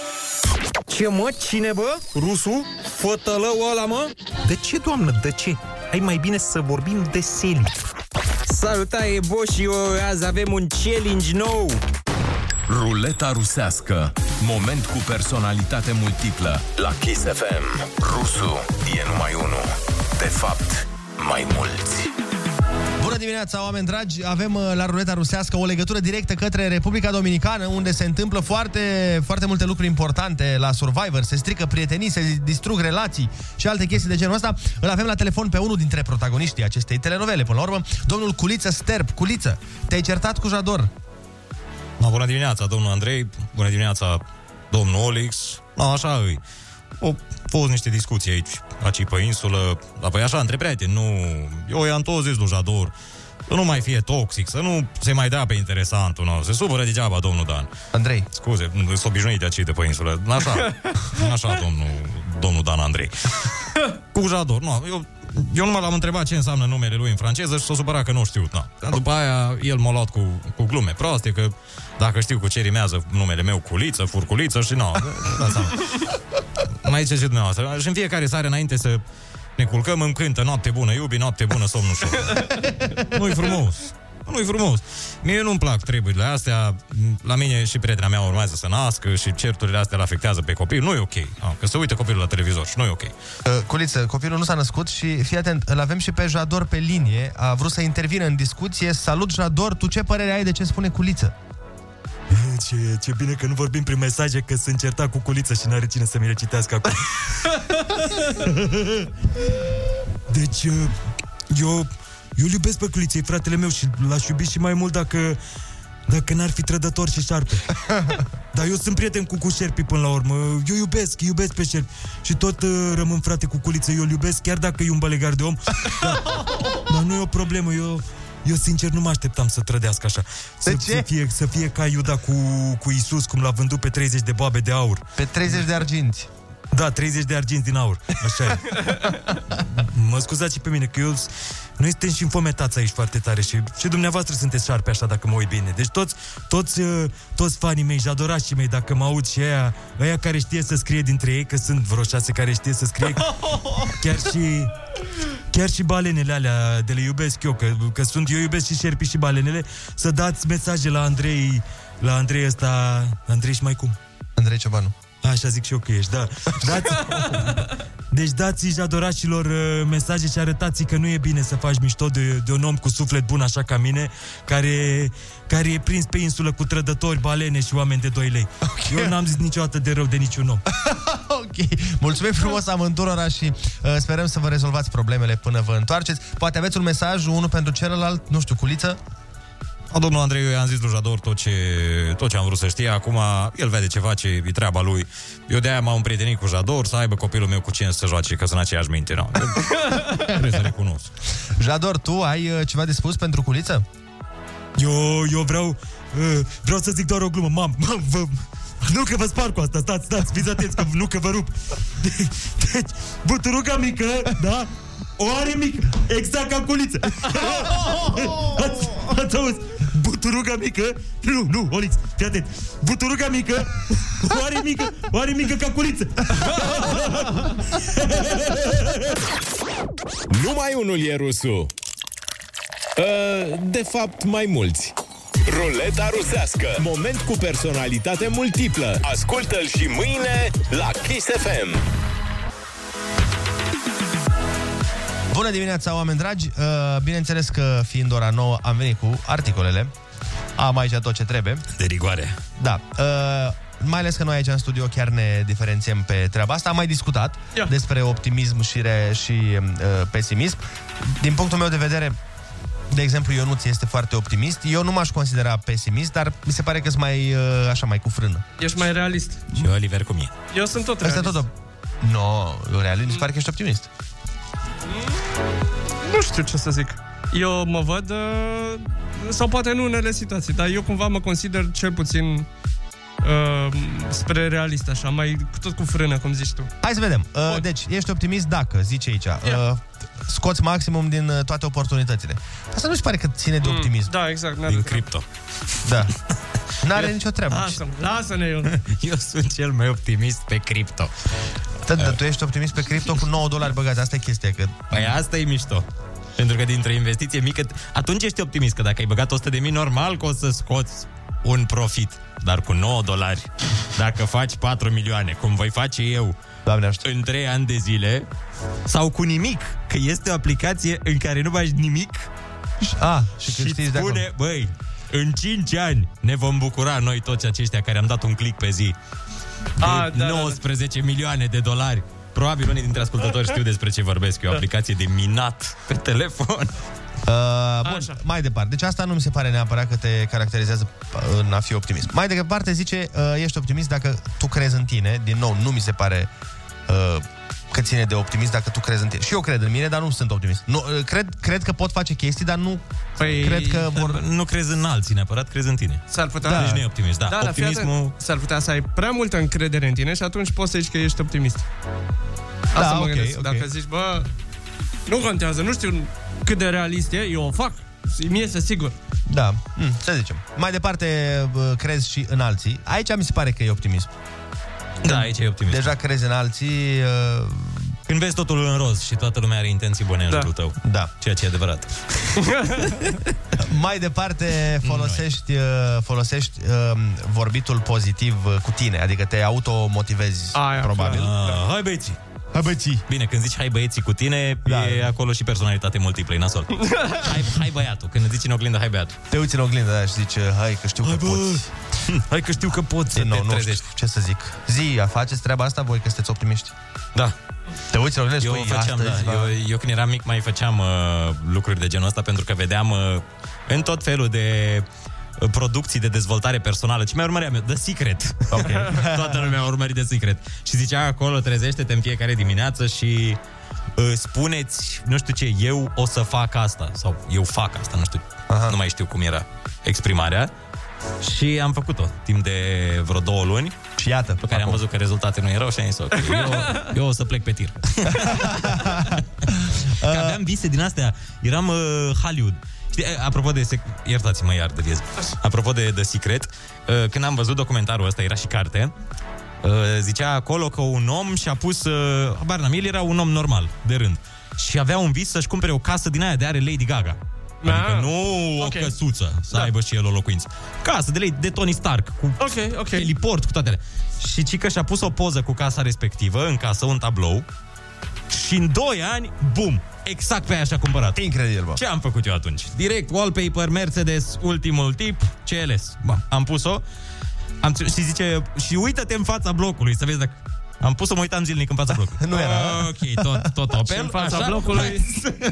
S11: <laughs> Ce mă? Cine bă? Rusul? Fătălău ăla mă? De ce, doamnă, de ce? Hai mai bine să vorbim de seli. Salutare, Bo și eu, azi avem un challenge nou.
S7: Ruleta rusească. Moment cu personalitate multiplă. La Kiss FM. Rusu e numai unul. De fapt, mai mulți.
S8: Bună dimineața, oameni dragi! Avem uh, la ruleta rusească o legătură directă către Republica Dominicană, unde se întâmplă foarte, foarte multe lucruri importante la Survivor. Se strică prietenii, se distrug relații și alte chestii de genul ăsta. Îl avem la telefon pe unul dintre protagoniștii acestei telenovele, până la urmă, domnul Culiță Sterp. Culiță, te-ai certat cu Jador.
S10: Ma, bună dimineața, domnul Andrei, bună dimineața, domnul Olix. Ma, așa îi. Au fost niște discuții aici, aici pe insulă, dar păi așa, între prieteni, nu... Eu i-am tot zis lui Jador, să nu mai fie toxic, să nu se mai dea pe interesantul nostru. Se supără degeaba, domnul Dan.
S8: Andrei.
S10: Scuze, nu, sunt obișnuit de acei de pe insulă. Așa, așa, domnul, domnul Dan Andrei. Cu Jador, nu, eu eu numai l-am întrebat ce înseamnă numele lui în franceză și s-a supărat că nu știu. Na. Dar după aia el m-a luat cu, cu glume proaste, că dacă știu cu ce rimează numele meu, culiță, furculiță și <laughs> nu. Mai zice și dumneavoastră. Și în fiecare seară înainte să ne culcăm, îmi cântă noapte bună, iubi, noapte bună, somn ușor.
S22: <laughs>
S10: Nu-i frumos. Nu-i frumos. Mie nu-mi plac treburile astea. La mine și prietena mea urmează să nască și certurile astea le afectează pe copil. Nu e ok. Ah, Că se uită copilul la televizor și nu e ok.
S8: Uh, Culiță, copilul nu s-a născut și fii atent, îl avem și pe Jador pe linie. A vrut să intervină în discuție. Salut, Jador, tu ce părere ai de ce spune Culiță?
S22: Ce, ce bine că nu vorbim prin mesaje, că sunt certat cu culiță și n-are cine să mi le citească acum. <laughs> Deci, uh, eu, eu îl iubesc pe culiță, e fratele meu și l-aș iubi și mai mult dacă, dacă n-ar fi trădător și
S8: <laughs>
S22: șarpe. Dar eu sunt prieten cu, cu șerpii până la urmă. Eu iubesc, iubesc pe șerpi. Și tot uh, rămân frate cu culiță, eu îl iubesc chiar dacă e un bălegar
S8: <laughs>
S22: de om. Dar, dar nu e o problemă, eu... Eu sincer nu mă așteptam să trădească așa. Să, ce? să fie, să fie ca Iuda cu, cu Isus, cum l-a vândut pe 30 de boabe de aur.
S8: Pe 30 de arginți.
S22: Da, 30 de arginți din aur. Așa
S8: <laughs>
S22: e. mă scuzați și pe mine, că eu... Noi suntem și înfometați aici foarte tare și, și dumneavoastră sunteți șarpe așa, dacă mă uit bine. Deci toți, toți, uh, toți fanii mei, jadorașii mei, dacă mă aud și aia, aia care știe să scrie dintre ei, că sunt vreo șase care știe să scrie, chiar și... Chiar și balenele alea de le iubesc eu, că, că sunt, eu iubesc și șerpii și balenele, să dați mesaje la Andrei, la Andrei ăsta, Andrei și mai cum?
S8: Andrei Ciobanu.
S22: Așa zic și eu că ești, da. Dați, deci dați jadorașilor uh, mesaje și arătați că nu e bine să faci mișto de, de un om cu suflet bun așa ca mine, care, care e prins pe insulă cu trădători, balene și oameni de 2 lei. Okay. Eu n-am zis niciodată de rău de niciun om.
S8: ok. Mulțumim frumos amândurora și uh, sperăm să vă rezolvați problemele până vă întoarceți. Poate aveți un mesaj, unul pentru celălalt, nu știu, culiță?
S10: A, domnul Andrei, eu i-am zis lui Jador tot ce, tot ce am vrut să știe. Acum el vede ce face, e treaba lui. Eu de-aia m-am prietenit cu Jador, să aibă copilul meu cu cine să joace, că sunt aceeași minte. No. <laughs> Trebuie să recunosc.
S8: Jador, tu ai uh, ceva de spus pentru culiță?
S22: Eu, eu vreau, uh, vreau să zic doar o glumă. Mam, mam, vă, nu că vă spar cu asta, stați, stați, fiți atenți, că, nu că vă rup. <laughs> Deci, deci buturuga mică, da? O are mică, exact ca
S8: <laughs>
S22: culiță. ați, ați auzit? Buturuga mică, nu, nu, Olix, fii atent. Buturuga mică, o are mică, o are mică ca
S8: <laughs>
S22: culiță.
S7: Numai unul e rusul. Uh, De fapt, mai mulți. Ruleta rusească. Moment cu personalitate multiplă. Ascultă-l și mâine la Kiss FM.
S8: Bună dimineața, oameni dragi! Uh, Bineînțeles că fiind ora nouă am venit cu articolele. Am aici tot ce trebuie.
S10: De rigoare.
S8: Da. Uh, mai ales că noi aici în studio chiar ne diferențiem pe treaba asta. Am mai discutat Ia. despre optimism și, re, și uh, pesimism. Din punctul meu de vedere, de exemplu, Ionuț este foarte optimist. Eu nu m-aș considera pesimist, dar mi se pare că sunt mai, uh, așa, mai cu frână.
S9: Ești mai realist.
S10: Și Oliver cu mine.
S9: Eu sunt tot
S8: Asta
S9: realist.
S8: tot o... No, realist, mi se pare că ești optimist.
S9: Mm, Nu știu ce să zic. Eu mă văd, uh, sau poate nu în unele situații, dar eu cumva mă consider cel puțin uh, spre realist, așa, mai tot cu frână, cum zici tu.
S8: Hai să vedem. Uh, deci, ești optimist dacă, zice aici, uh, scoți maximum din uh, toate oportunitățile. Asta nu-și pare că ține de optimism.
S9: Da, exact. mi-a
S8: Din
S9: dat.
S10: cripto.
S8: Da. N-are nicio treabă.
S9: Lasă-mă, lasă-ne eu.
S10: <laughs> Eu sunt cel mai optimist pe cripto.
S8: Da, da, tu ești optimist pe cripto cu 9 dolari băgați, asta e chestia. Că...
S10: Păi asta e mișto. Pentru că dintr-o investiție mică, atunci ești optimist, că dacă ai băgat 100 de mii, normal că o să scoți un profit. Dar cu 9 dolari, dacă faci 4 milioane, cum voi face eu,
S8: Doamne
S10: în 3 ani de zile, sau cu nimic, că este o aplicație în care nu faci nimic
S8: A,
S10: și, și îți spune, băi, în 5 ani ne vom bucura noi toți aceștia care am dat un click pe zi de A, da, 19 da, da. milioane de dolari. Probabil unii dintre ascultători știu despre ce vorbesc. E o aplicație de minat pe telefon.
S8: Uh, bun, Așa. mai departe. Deci asta nu mi se pare neapărat că te caracterizează în a fi optimist. Mai departe zice, uh, ești optimist dacă tu crezi în tine. Din nou, nu mi se pare uh, că ține de optimist dacă tu crezi în tine. Și eu cred în mine, dar nu sunt optimist. Nu, uh, cred, cred că pot face chestii, dar nu păi, cred că vor...
S10: Nu crezi în alții neapărat, crezi în tine.
S9: S-ar putea...
S10: Deci nu e optimist, da.
S9: da dar fii
S10: Optimismul...
S9: atent, S-ar putea să ai prea multă încredere în tine și atunci poți să zici că ești optimist. Asta
S10: Da,
S9: mă
S10: ok,
S9: gândesc.
S10: ok.
S9: Dacă zici, bă, nu contează, nu știu cât de realist e, eu o fac. Mie este sigur.
S8: Da, mm, să zicem. Mai departe uh, crezi și în alții. Aici mi se pare că e optimism.
S10: Da, aici e optimist.
S8: Deja crezi în alții... Uh...
S10: Când vezi totul în roz și toată lumea are intenții bune în
S8: Da.
S10: jurul tău.
S8: Da.
S10: Ceea ce e adevărat.
S8: <laughs> Mai departe folosești, uh, folosești uh, vorbitul pozitiv uh, cu tine, adică te automotivezi, Aia, probabil.
S10: Ah, hai băieții!
S8: Da. Hai băieții!
S10: Bine, când zici hai băieții cu tine, da. e acolo și personalitate multiplă,
S8: <laughs>
S10: e nasol. hai, hai băiatul, când zici în oglindă, hai băiatul.
S8: Te uiți în oglindă da, și zici, uh, hai că știu că poți.
S10: <laughs> Hai că știu că poți
S8: să nou, nu știu ce să zic. Zi, a faceți treaba asta voi că sunteți optimiști?
S10: Da.
S8: Te uiți în oglindă și
S10: Eu,
S8: spui,
S10: făceam,
S8: astăzi,
S10: da.
S8: va-
S10: eu, eu când eram mic mai făceam uh, lucruri de genul ăsta pentru că vedeam uh, în tot felul de uh, producții de dezvoltare personală. Ce mai urmăream eu? The Secret. <laughs> Ok. Toată lumea a urmărit The Secret. Și zicea acolo, trezește-te în fiecare dimineață și uh, spuneți, nu știu ce, eu o să fac asta. Sau eu fac asta, nu știu. Aha. Nu mai știu cum era exprimarea. Și am făcut-o timp de vreo două luni.
S8: Și iată.
S10: Pe care am văzut că rezultatele nu erau și am zis, ok, eu,
S8: <laughs>
S10: eu o să plec pe tir. Că
S9: Ă.
S10: aveam vise din astea. Eram uh, Hollywood. Știi, eh, apropo de... Sec- Iertați-mă iar de viez. Apropo de The Secret, uh, când am văzut documentarul ăsta, era și carte, uh, zicea acolo că un om și-a pus... Uh, habar n-am, el era un om normal, de rând. Și avea un vis să-și cumpere o casă din aia de are Lady Gaga. Adică nu okay. o căsuță să da. aibă și el o locuință. Casă de, lei, de Tony Stark, cu okay, okay. heliport, cu toate alea. Și Cică și-a pus o poză cu casa respectivă, în casă, un tablou, și în 2 ani, bum, exact pe aia și-a cumpărat.
S8: Incredibil, bă.
S10: Ce am făcut eu
S9: <laughs>
S10: atunci? Direct, wallpaper, Mercedes, ultimul tip, CLS. Bă, am pus-o am, ținut- și zice, și uită-te în fața blocului, să vezi dacă... Am pus-o, mă uitam zilnic în fața blocului.
S8: <laughs> Nu era.
S10: Ok, tot,
S8: <laughs>
S10: tot Opel.
S9: Și în fața
S10: așa?
S9: blocului.
S10: Hai să- <laughs>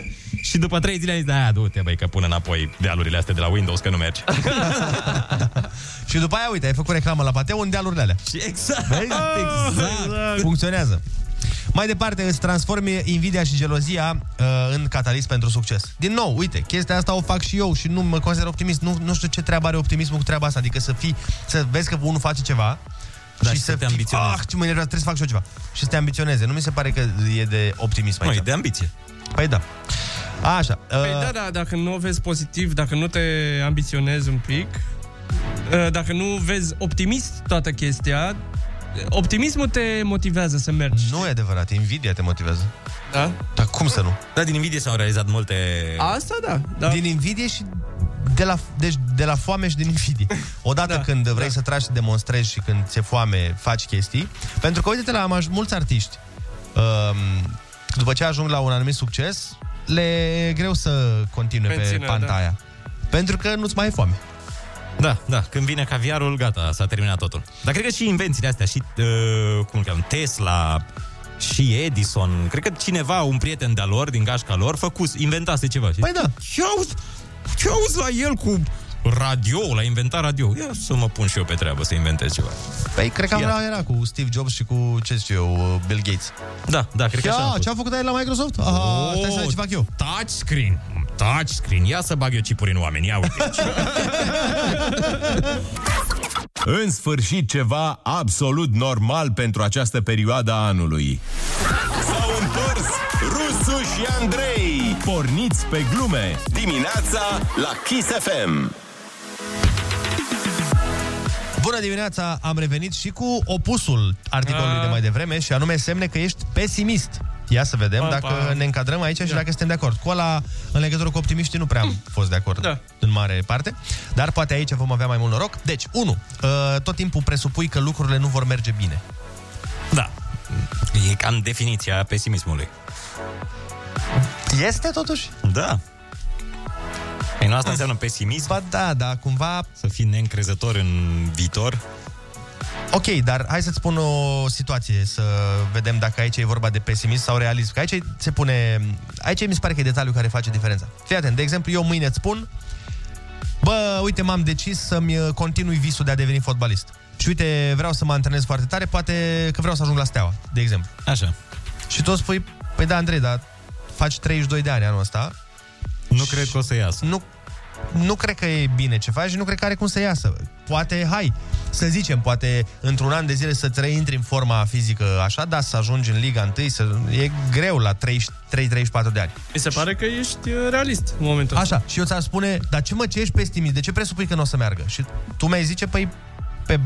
S10: și după trei zile am zis, da, du-te, băi, că pun înapoi dealurile astea de la Windows, că nu
S8: <laughs>
S10: merge.
S8: Și după aia, uite, ai făcut reclamă la pateu în dealurile alea.
S10: Și exact,
S8: Vezi?
S10: exact.
S8: da, Funcționează. Mai departe, îți transformi invidia și gelozia uh, în catalist pentru succes. Din nou, uite, chestia asta o fac și eu și nu mă consider optimist. Nu, nu știu ce treabă are optimismul cu treaba asta. Adică să fii, să vezi că unul face ceva
S10: Da,
S8: și,
S10: și
S8: să,
S10: să te
S8: fii,
S10: ambiționezi.
S8: Ah, ce mă enervează, trebuie să fac și eu ceva. Și să te ambiționeze. Nu mi se pare că e de optimism
S10: Nu,
S8: aici.
S10: e de ambiție.
S8: Păi da. Așa.
S9: Păi da, da, dacă nu o vezi pozitiv, dacă nu te ambiționezi un pic, uh, dacă nu vezi optimist toată chestia, optimismul te motivează să mergi.
S8: Nu e adevărat, invidia te motivează.
S9: Da?
S8: Dar cum să nu?
S10: Da, din invidie s-au realizat multe...
S9: Asta da, da.
S8: Din invidie și de la, deci de la foame și din invidie. Odată da, când vrei da. să tragi, să demonstrezi și când ți-e foame, faci chestii. Pentru că uite-te la maj- mulți artiști. Um, după ce ajung la un anumit succes, le e greu să continue Menține, pe
S10: Menține,
S8: panta
S10: da.
S8: da. aia. Pentru că nu-ți mai e foame.
S10: Da, da, când vine caviarul, gata, s-a terminat totul. Dar cred că și invențiile astea, și, uh, cum îl cheamă, Tesla, și Edison, cred că cineva, un prieten de-a lor, din gașca lor, făcus, inventase ceva. Păi
S8: da.
S10: Ce auzi, ce auzi la el cu radio, l-a inventat radio. Ia să mă pun și eu pe treabă să inventez ceva.
S8: Păi cred că
S10: Ia.
S8: era, era cu Steve Jobs și cu, ce știu eu, uh, Bill Gates.
S10: Da, da, cred că așa am
S8: Ia,
S10: fost.
S8: ce-a făcut aia la Microsoft?
S10: Oh,
S8: Aha, stai să vezi
S10: da.
S8: ce fac eu.
S10: Touchscreen. Touchscreen. Ia să bag eu cipuri în oameni. Ia uite.
S8: <laughs>
S7: În sfârșit ceva absolut normal pentru această perioadă a anului. S-au întors Rusu și Andrei. Porniți pe glume dimineața la Kiss FM.
S8: Bună dimineața, am revenit și cu opusul articolului
S9: Ah.
S8: de mai devreme și anume semne că ești pesimist. Ia să vedem
S9: Opa.
S8: dacă ne încadrăm aici și dacă suntem de acord. Cu ăla, în legătură cu optimiștii, nu prea am fost de acord da. în mare parte, dar poate aici vom avea mai mult noroc. Deci, 1. Tot timpul presupui că lucrurile nu vor merge bine.
S10: Da. E cam definiția pesimismului.
S8: Este totuși?
S10: Da.
S8: Păi
S10: Ei, nu asta înseamnă pesimism?
S8: Ba da, da, cumva...
S10: Să fii neîncrezător în viitor?
S8: Ok, dar hai să-ți spun o situație, să vedem dacă aici e vorba de pesimism sau realism. Că aici se pune... Aici mi se pare că e detaliul care face diferența. Fii atent, de exemplu, eu mâine îți spun Bă, uite, m-am decis să-mi uh, continui visul de a deveni fotbalist. Și uite, vreau să mă antrenez foarte tare, poate că vreau să ajung la Steaua, de exemplu.
S10: Așa.
S8: Și tu spui, păi da, Andrei, dar faci 32 de ani anul ăsta.
S10: Nu cred că o să iasă.
S8: Nu, nu cred că e bine ce faci și nu cred că are cum să iasă. Poate, hai, să zicem, poate într-un an de zile să-ți reintri în forma fizică așa, dar să ajungi în Liga 1, să... e greu la 33-34 de ani.
S9: Mi se pare că ești uh, realist în momentul
S8: Așa, și eu ți-ar spune, dar ce mă, ce ești pesimist? De ce presupui că nu o să meargă? Și tu mi-ai zice, păi, pe,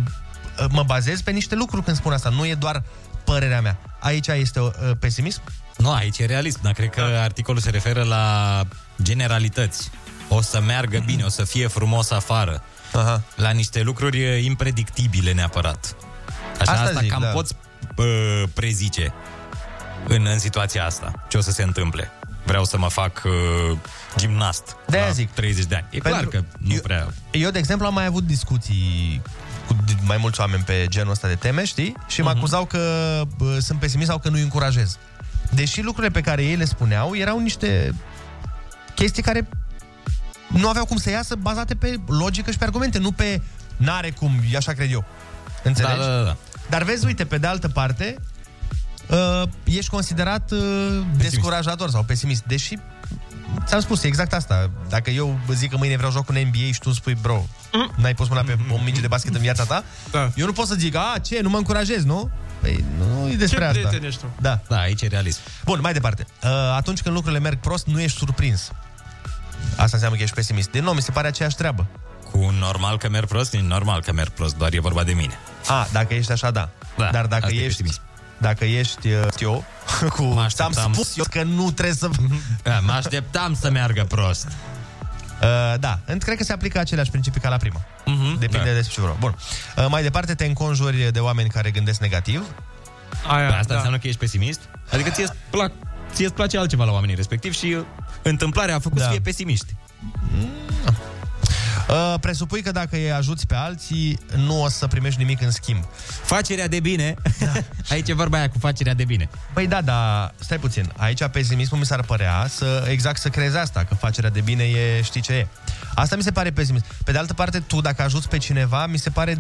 S8: uh, mă bazez pe niște lucruri când spun asta, nu e doar părerea mea. Aici este uh, pesimism?
S10: Nu, aici e realism, dar cred că
S8: Da.
S10: articolul se referă la generalități. O să meargă bine, o să fie frumos afară.
S8: Aha.
S10: La niște lucruri eh, impredictibile neapărat. Așa,
S8: Asta
S10: asta, asta
S8: zic,
S10: cam
S8: da.
S10: poți uh, prezice în, în situația asta ce o să se întâmple. Vreau să mă fac uh, gimnast
S8: De-aia
S10: la
S8: zic.
S10: 30 de ani. E
S8: Pentru-
S10: clar că nu prea...
S8: Eu, de exemplu, am mai avut discuții cu d- mai mulți oameni pe genul ăsta de teme, știi? Și
S10: Mhm.
S8: mă acuzau că bă, sunt pesimist sau că nu-i încurajez. Deși lucrurile pe care ei le spuneau erau niște chestii care nu aveau cum să iasă bazate pe logică și pe argumente, nu pe n-are cum, e așa cred eu. Înțelegi?
S10: Da, da, da, da.
S8: Dar vezi, uite, pe de altă parte, uh, ești considerat uh, descurajator sau pesimist, deși ți-am spus exact asta. Dacă eu zic că mâine vreau joc în NBA și tu îmi spui, bro,
S9: Mm.
S8: n-ai pus mâna pe o minge de basket în viața ta, da. eu nu pot să zic, a, ce, nu mă încurajez, nu? Păi, nu e despre
S9: Ce
S8: asta.
S9: prieten ești tu?
S8: Da.
S10: da, aici e realism.
S8: Bun, mai departe. Uh, atunci când lucrurile merg prost, nu ești surprins. Asta înseamnă că ești pesimist. Din nou, mi se pare aceeași treabă.
S10: Cu normal că merg prost, e normal că merg prost, doar e vorba de mine.
S8: A, dacă ești așa, da.
S10: da
S8: Dar dacă
S10: asta e
S8: ești,
S10: pesimism.
S8: dacă ești uh,
S10: <laughs>
S8: eu, cu... Ți-am spus eu că nu trebuie să...
S10: Da, mă așteptam să meargă prost.
S8: Uh, da, Înt- cred că se aplică aceleași principii ca la prima. Uh-huh,
S10: Mhm,
S8: Depinde da. despre ce vreau. Bun. Uh, mai departe, te înconjuri de oameni care gândesc negativ.
S10: Aia, asta da. înseamnă că ești pesimist? Adică ție-ți, plac, ție-ți place altceva la oamenii respectiv și uh, întâmplarea a făcut da. să fie pesimiști.
S8: Uh, presupui că dacă îi ajuți pe alții, nu o să primești nimic în schimb.
S10: Facerea de bine. Da. <laughs> Aici e vorba aia cu facerea de bine.
S8: Păi da, dar stai puțin. Aici pesimismul mi s-ar părea să, exact să crezi asta, că facerea de bine e știi ce e. Asta mi se pare pesimist. Pe de altă parte, tu dacă ajuți pe cineva, mi se pare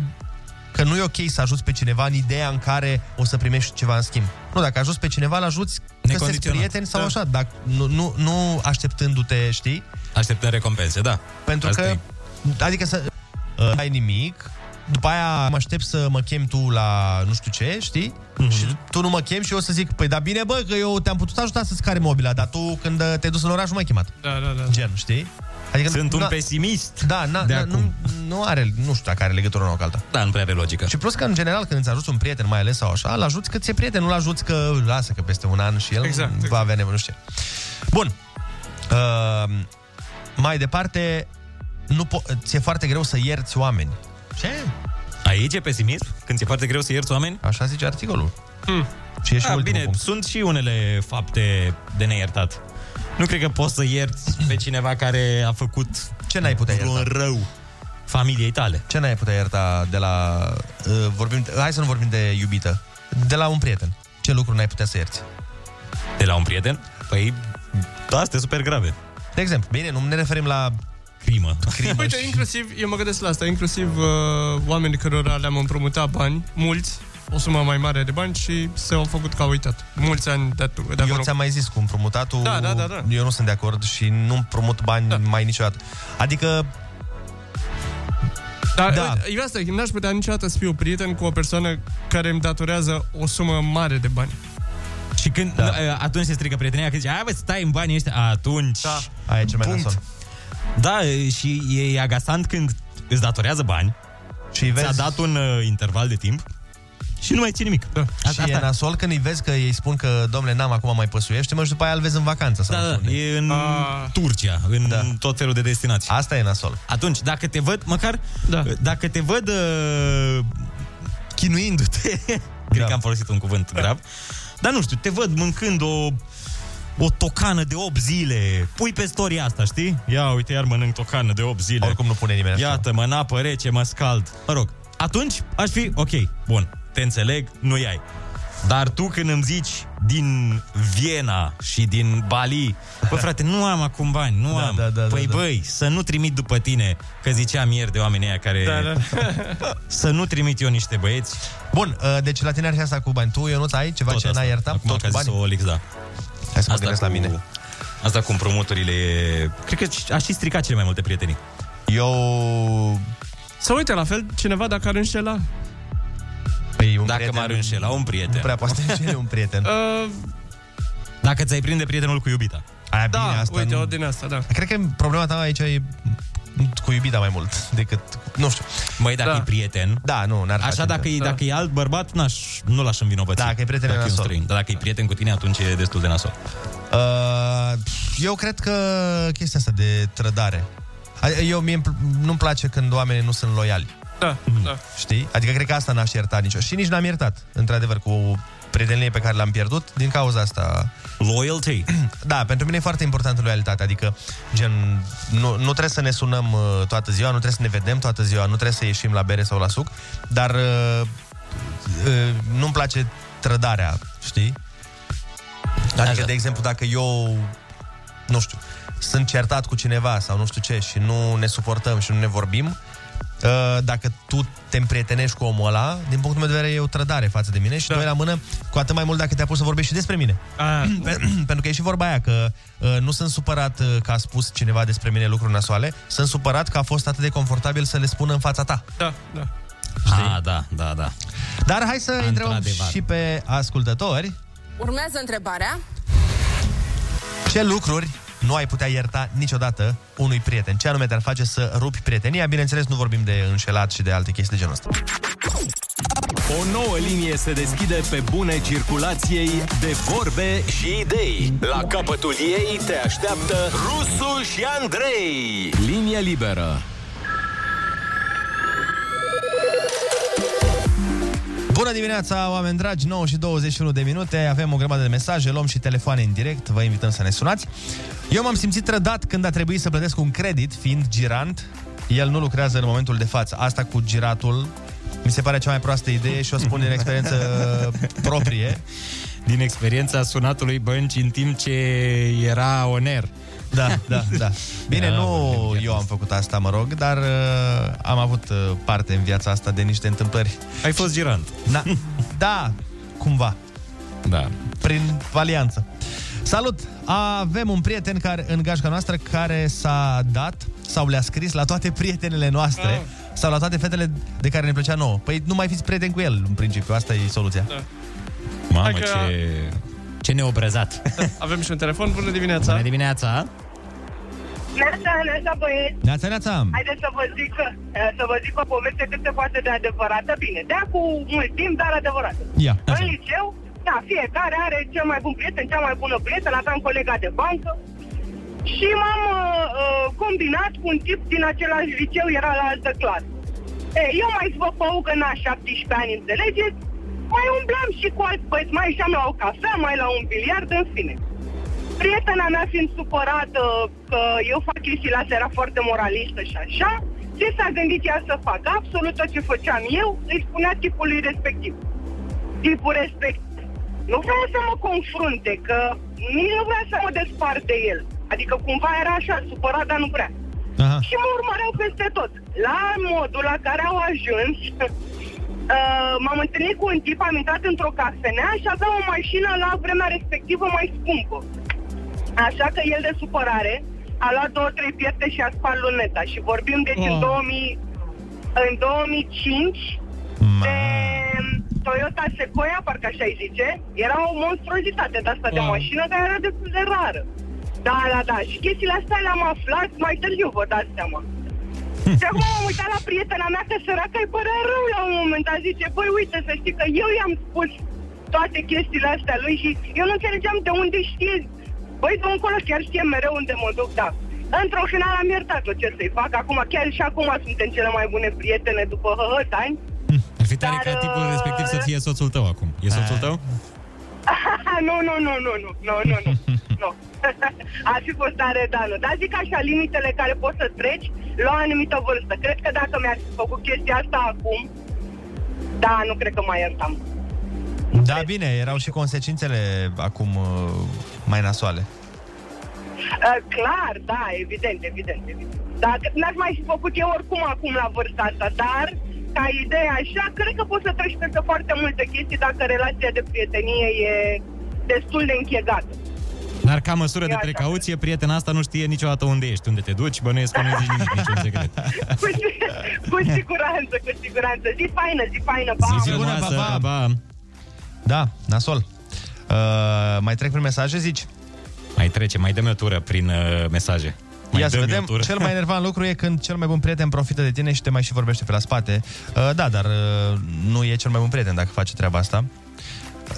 S8: că nu e ok să ajuți pe cineva în ideea în care o să primești ceva în schimb. Nu, dacă ajuți pe cineva, îl ajuți că sunteți
S10: Necondiționat.
S8: prieteni sau
S10: Da.
S8: așa, dar nu, nu, nu așteptându-te, știi?
S10: Așteptăm recompense, da.
S8: Pentru
S10: Asta
S8: că,
S10: e.
S8: adică să uh, ai nimic, după aia mă aștept să mă chem tu la nu știu ce, știi?
S10: Mhm.
S8: Mm-hmm. Și tu nu mă chem și eu o să zic, păi da bine bă, că eu te-am putut ajuta să-ți care mobila, dar tu când uh, te-ai dus în oraș nu m-ai chemat.
S9: Da, da, da.
S8: Gen, știi? Adică
S10: Sunt un
S8: na-
S10: pesimist.
S8: Da, na,
S10: de
S8: na,
S10: acum.
S8: nu, nu are, nu știu dacă are legătură una cu alta.
S10: Da, nu prea are logică.
S8: Și plus că, în general, când îți ajuți un prieten, mai ales sau așa, îl ajuți că ți-e prieten, nu-l ajuți că îl lasă că peste un an și el exact, va exact. avea nevoie, nu știu. ce. Bun. Uh, mai departe, nu po- ți-e foarte greu să ierți oameni. Ce?
S10: Aici e pesimism? Când ți-e foarte greu să ierți oameni?
S8: Așa zice articolul.
S10: Hmm.
S8: Și e și
S10: da,
S8: ultimul
S10: bine,
S8: punct.
S10: sunt și unele fapte de neiertat. Nu cred că poți să ierți pe cineva care a făcut
S8: ce n-ai putea
S10: vreun
S8: ierta?
S10: rău familiei tale.
S8: Ce n-ai putea ierta de la... Uh, vorbim, hai să nu vorbim de iubită. De la un prieten. Ce lucru n-ai putea să ierți?
S10: De la un prieten? Păi, astea super grave.
S8: De exemplu, bine, nu ne referim la...
S10: Crimă.
S8: Crimă
S9: Păi Uite, inclusiv, eu mă gândesc la asta, inclusiv uh, oameni cărora le-am împrumutat bani, mulți, o sumă mai mare de bani și s-au făcut că au uitat. Mulți ani de, atu- de
S8: Eu
S9: acolo.
S8: ți-am mai zis cu împrumutatul,
S9: Da, da, da, da.
S8: eu nu sunt de acord și nu împrumut bani da. mai niciodată. Adică,
S9: Dar
S8: Da.
S9: da. uite, eu asta, zic, n-aș putea niciodată să fiu prieten cu o persoană care îmi datorează o sumă mare de bani.
S10: Și când da. atunci se strică prietenia, că zice, hai bă, stai în banii ăștia, atunci... Da.
S8: Aia e cel mai nasol.
S10: Da, e, și e agasant când îți datorează bani
S8: Și vezi...
S10: Ți-a dat un uh, interval de timp și nu mai ții nimic. Da.
S8: Asta, și e nasol când îi vezi că ei spun că, domnule, n-am acum mai păsuiește, mă, și după aia îl vezi în vacanță. Sau
S10: Da, da, e în A... Turcia, în da. tot felul de destinații.
S8: Asta e nasol.
S10: Atunci, dacă te văd, măcar, da. dacă te văd uh,
S8: <laughs>
S10: chinuindu-te, cred că am folosit un cuvânt grav, dar nu știu, te văd mâncând o o tocană de 8 zile. Pui pe storia asta, știi? Ia, uite, iar mănânc tocană de 8 zile. Oricum
S8: nu pune nimeni
S10: așa. Iată, mă în apă rece, mă scald. Mă rog, atunci aș fi, ok, bun, te înțeleg, nu ai. Dar tu când îmi zici din Viena și din Bali, bă frate, nu am acum bani, nu
S8: Da,
S10: am.
S8: da, da,
S10: păi
S8: da, da.
S10: băi, să nu trimit după tine, că ziceam ieri de oamenii aia care...
S8: Da,
S10: <laughs> să nu trimit eu niște băieți.
S8: Bun, uh, deci la tine ar fi asta cu bani. Tu, Ionuț, ai ceva
S10: Tot
S8: ce
S10: asta.
S8: n-ai iertat?
S10: Acum
S8: Tot
S10: că
S8: cu
S10: a
S8: bani?
S10: zis Olix, da.
S8: Hai să mă
S10: Asta
S8: gândesc la
S10: cu-
S8: mine.
S10: Asta cu împrumuturile e... Cred că a și stricat cele mai multe prietenii.
S8: Eu...
S9: Să uite la fel cineva dacă ar înșela.
S8: Păi un
S10: Dacă m-ar înșela un prieten.
S8: Nu prea poate <laughs> înșele un prieten.
S9: Uh,
S10: Dacă ți-ai prinde prietenul cu iubita.
S8: Aia
S9: da,
S8: bine, asta
S9: uite,
S8: nu-
S9: o din asta, da.
S8: Cred că problema ta aici e cu iubita mai mult decât... Nu știu.
S10: Măi, dacă
S8: Da.
S10: e prieten...
S8: Da, nu, n-ar
S10: Așa,
S8: face
S10: dacă e,
S8: niciodată.
S10: dacă e alt bărbat, n-aș, nu l-aș învinovăți.
S8: Dacă e prieten, e
S10: dacă un
S8: nasol.
S10: străin. Dar dacă e prieten cu tine, atunci e destul de nasol.
S8: Uh, eu cred că chestia asta de trădare. A- Eu mie îmi pl- nu-mi place când oamenii nu sunt loiali.
S9: Da, da.
S8: Știi? Adică cred că asta n-aș ierta nicio. Și nici n-am iertat, într-adevăr, cu prietenie pe care l-am pierdut din cauza asta.
S10: Loyalty.
S8: <clears throat> Da, pentru mine e foarte importantă loialitatea. Adică, gen, nu, nu trebuie să ne sunăm uh, toată ziua, nu trebuie să ne vedem toată ziua, nu trebuie să ieșim la bere sau la suc, dar uh, uh, nu-mi place trădarea, știi? Adică, de exemplu, dacă eu, nu știu, sunt certat cu cineva sau nu știu ce și nu ne suportăm și nu ne vorbim, uh, dacă tu te împrietenești cu omul ăla, din punctul meu de vedere e o trădare față de mine și da. doi la mână, cu atât mai mult dacă te-a pus să vorbești și despre mine. <clears throat>
S9: A,
S8: Pentru că e și vorba aia că uh, nu sunt supărat uh, că a spus cineva despre mine lucruri nasoale, sunt supărat că a fost atât de confortabil să le spună în fața ta.
S9: Da, da.
S10: Ah, da, da, da.
S8: Dar hai să întrebăm
S10: Într-adevăr.
S8: și pe ascultători
S6: Urmează întrebarea.
S8: Ce lucruri nu ai putea ierta niciodată unui prieten? Ce anume te-ar face să rupi prietenia? Bineînțeles, nu vorbim de înșelat și de alte chestii de genul ăsta.
S7: O nouă linie se deschide pe bune circulației de vorbe și idei. La capătul ei te așteaptă Rusu și Andrei. Linie liberă.
S8: Bună dimineața, oameni dragi! 9 și 21 de minute, avem o grămadă de mesaje, luăm și telefoane în direct, vă invităm să ne sunați. Eu m-am simțit trădat când a trebuit să plătesc un credit, fiind girant. El nu lucrează în momentul de față. Asta cu giratul mi se pare cea mai proastă idee și o spun din experiență
S10: <laughs>
S8: proprie.
S10: Din experiența sunatului bănci în timp ce era oner.
S8: Da, da, da. Bine,
S10: Da,
S8: nu eu am făcut asta, mă rog, dar uh, am avut uh, parte în viața asta de niște întâmplări.
S10: Ai fost girant. <laughs>
S8: Da, da cumva.
S10: Da.
S8: Prin valianță. Salut! Avem un prieten care, în gașca noastră care s-a dat sau le-a scris la toate prietenele noastre ah. sau la toate fetele de care ne plăcea nouă. Păi nu mai fiți prieten cu el, în principiu. Asta e soluția. Da.
S10: Mamă,
S9: Hai că-
S10: ce... Ce neobrăzat.
S9: da. Avem și un telefon. Bună dimineața. Bună
S10: dimineața.
S23: Neața, neața, băieți!
S8: Da. Neața, neața!
S23: Haideți să vă zic, eh, să vă zic o poveste cât se poate de adevărată. Bine, de cu mult timp, dar adevărată.
S8: Ia.
S23: În liceu, da, fiecare are cel mai bun prieten, cea mai bună prietenă, aveam colega de bancă. Și m-am uh, uh, combinat cu un tip din același liceu, era la altă clasă. E, eu mai zvăpău că n-a 17 ani, înțelegeți? Mai umblam și cu alți băieți, mai ieșeam la o cafea, mai la un biliard, în fine. Prietena mea fiind supărată că eu fac chestii la era foarte moralistă și așa, ce s-a gândit ea să facă? Absolut tot ce făceam eu, îi spunea tipului respectiv. Tipul respectiv. Nu vrea să mă confrunte, că nici nu vrea să mă despart de el. Adică cumva era așa, supărat, dar nu vrea. Și mă urmăreau peste tot. La modul la care au ajuns, <laughs> uh, m-am întâlnit cu un tip, am intrat într-o cafenea și avea o mașină la vremea respectivă mai scumpă. Așa că el de supărare a luat două, trei pierte și a spart luneta. Și vorbim deci în,
S24: Oh.
S23: 2000, în 2005 de mm, Toyota Sequoia, parcă așa îi zice. Era o monstruozitate de asta de
S24: Wow.
S23: mașină, dar era destul de rară. Da, da, da. Și chestiile astea le-am aflat mai târziu, vă dați seama. Și acum m-am uitat la prietena mea că săraca îi părea rău la un moment dat. Zice, băi, uite, să știi că eu i-am spus toate chestiile astea lui și eu nu înțelegeam de unde știe. Băi, de încolo chiar știe mereu unde mă duc, da. Într-o final am iertat-o ce să-i fac. Acum, chiar și acum suntem cele mai bune prietene după da? hăhăt ani.
S10: Ar fi tare ca tipul respectiv să fie soțul tău acum. E soțul tău?
S23: <laughs> nu, nu, nu, nu, nu, nu, nu, nu. nu. <laughs> Ar fi fost tare, da, nu. Dar zic așa, limitele care poți să treci la o anumită vârstă. Cred că dacă mi-ar fi făcut chestia asta acum, da, nu cred că mai iertam.
S8: Da, bine, erau și consecințele acum uh, mai nasoale.
S23: Uh, clar, da, evident, evident, evident. Dar n-aș mai fi făcut eu oricum acum la vârsta asta, dar ca idee așa, cred că poți să treci peste foarte multe chestii dacă relația de prietenie e destul de închegată.
S10: Dar ca măsură de precauție, prietena asta nu știe niciodată unde ești, unde te duci, bănuiesc că nu zici nimic, niciun secret.
S23: Cu, cu siguranță, cu siguranță. Zi faină, zi faină, pa!
S8: Zi bună, pa, pa. Da, nasol. Uh, mai trec prin mesaje, zici?
S10: Mai trece, mai dăm o tură prin uh, mesaje. Mai
S8: Ia să
S10: dăm-i o
S8: vedem,
S10: tură.
S8: cel
S10: <laughs>
S8: mai enervant lucru e când cel mai bun prieten profită de tine și te mai și vorbește pe la spate. Uh, da, dar uh, nu e cel mai bun prieten dacă face treaba asta.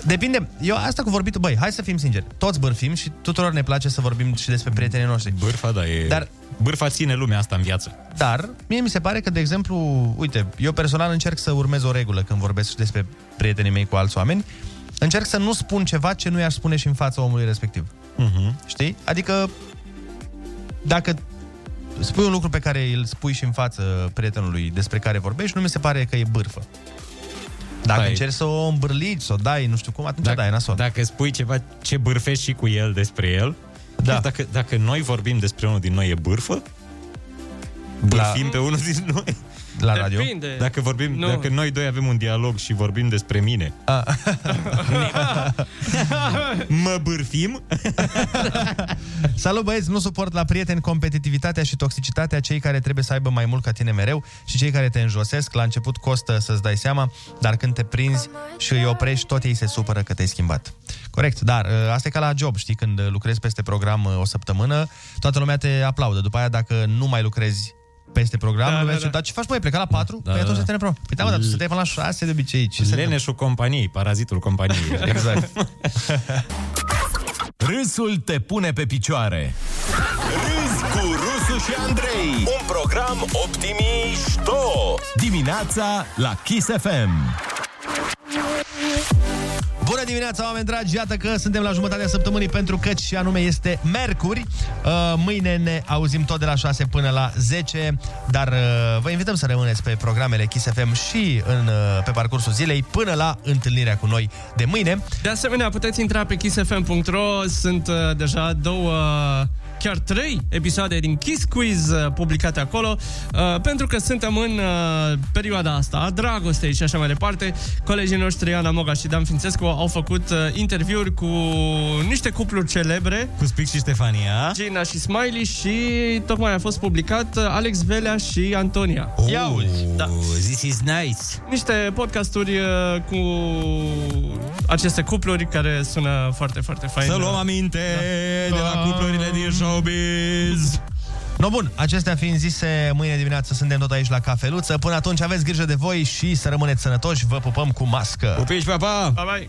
S8: Depinde, eu asta cu vorbitul, băi, hai să fim sinceri, toți bârfim și tuturor ne place să vorbim și despre prietenii noștri.
S10: Bârfa, da, e...
S8: Dar,
S10: Bârfa ține lumea asta în viață.
S8: dar, mie mi se pare că, de exemplu, uite, eu personal încerc să urmez o regulă când vorbesc și despre prietenii mei cu alți oameni, încerc să nu spun ceva ce nu i-aș spune și în fața omului respectiv.
S10: Uh-huh.
S8: Știi? Adică dacă spui un lucru pe care îl spui și în față prietenului despre care vorbești, nu mi se pare că e bârfă. Dacă
S10: Da, e-
S8: încerci să o îmbrălici, să o dai, nu știu cum, atunci
S10: Dacă-
S8: da, e nasol.
S10: Dacă spui ceva ce bârfești și cu el despre el, da. dacă, dacă noi vorbim despre unul din noi e bârfă, bârfim pe unul din noi.
S8: La radio?
S9: Depinde.
S10: Dacă, vorbim,
S9: Nu.
S10: dacă noi doi avem un dialog și vorbim despre mine, <laughs> mă bârfim?
S8: Salut băieți, nu suport la prieteni competitivitatea și toxicitatea cei care trebuie să aibă mai mult ca tine mereu și cei care te înjosesc. La început costă să-ți dai seama, dar când te prinzi și îi oprești, tot ei se supără că te-ai schimbat. Corect, dar ă, asta e ca la job, știi, când lucrezi peste program ă, o săptămână, toată lumea te aplaudă. După aia, dacă nu mai lucrezi peste program,
S10: Da,
S8: da,
S10: da,
S8: lumea zice,
S10: da.
S8: da, ce faci, băi, pleca la 4? Da, păi atunci da, da. te pro. Păi da, mă, dar tu stai până la 6 de obicei. Ce se
S10: Leneșul companiei, parazitul companiei. <laughs>
S8: exact.
S7: Râsul te pune pe picioare. Râzi cu Rusu și Andrei. Un program optimișto. Dimineața la Kiss FM.
S8: Bună dimineața, oameni dragi! Iată că suntem la jumătatea săptămânii pentru că și anume este Mercuri. Uh, Mâine ne auzim tot de la 6 până la 10, dar uh, vă invităm să rămâneți pe programele Kiss FM și în, uh, pe parcursul zilei până la întâlnirea cu noi de mâine.
S9: De asemenea, puteți intra pe kissfm.ro, sunt uh, deja două chiar trei episoade din Kiss Quiz uh, publicate acolo, uh, pentru că suntem în uh, perioada asta a dragostei și așa mai departe. Colegii noștri, Ana Moga și Dan Fințescu, au făcut uh, interviuri cu niște cupluri celebre.
S10: Cu Spic și Stefania.
S9: Gina și Smiley și tocmai a fost publicat uh, Alex Velea și Antonia. Oh, Ia uzi, da.
S10: This is nice!
S9: Niște podcasturi uh, cu aceste cupluri care sună foarte, foarte fain.
S10: Să luăm aminte da. de la cuplurile din showbiz.
S8: No, bun, acestea fiind zise, mâine dimineață suntem tot aici la Cafeluță. Până atunci aveți grijă de voi și să rămâneți sănătoși. Vă pupăm cu mască!
S10: Pupici, pa, pa!
S9: Bye, bye!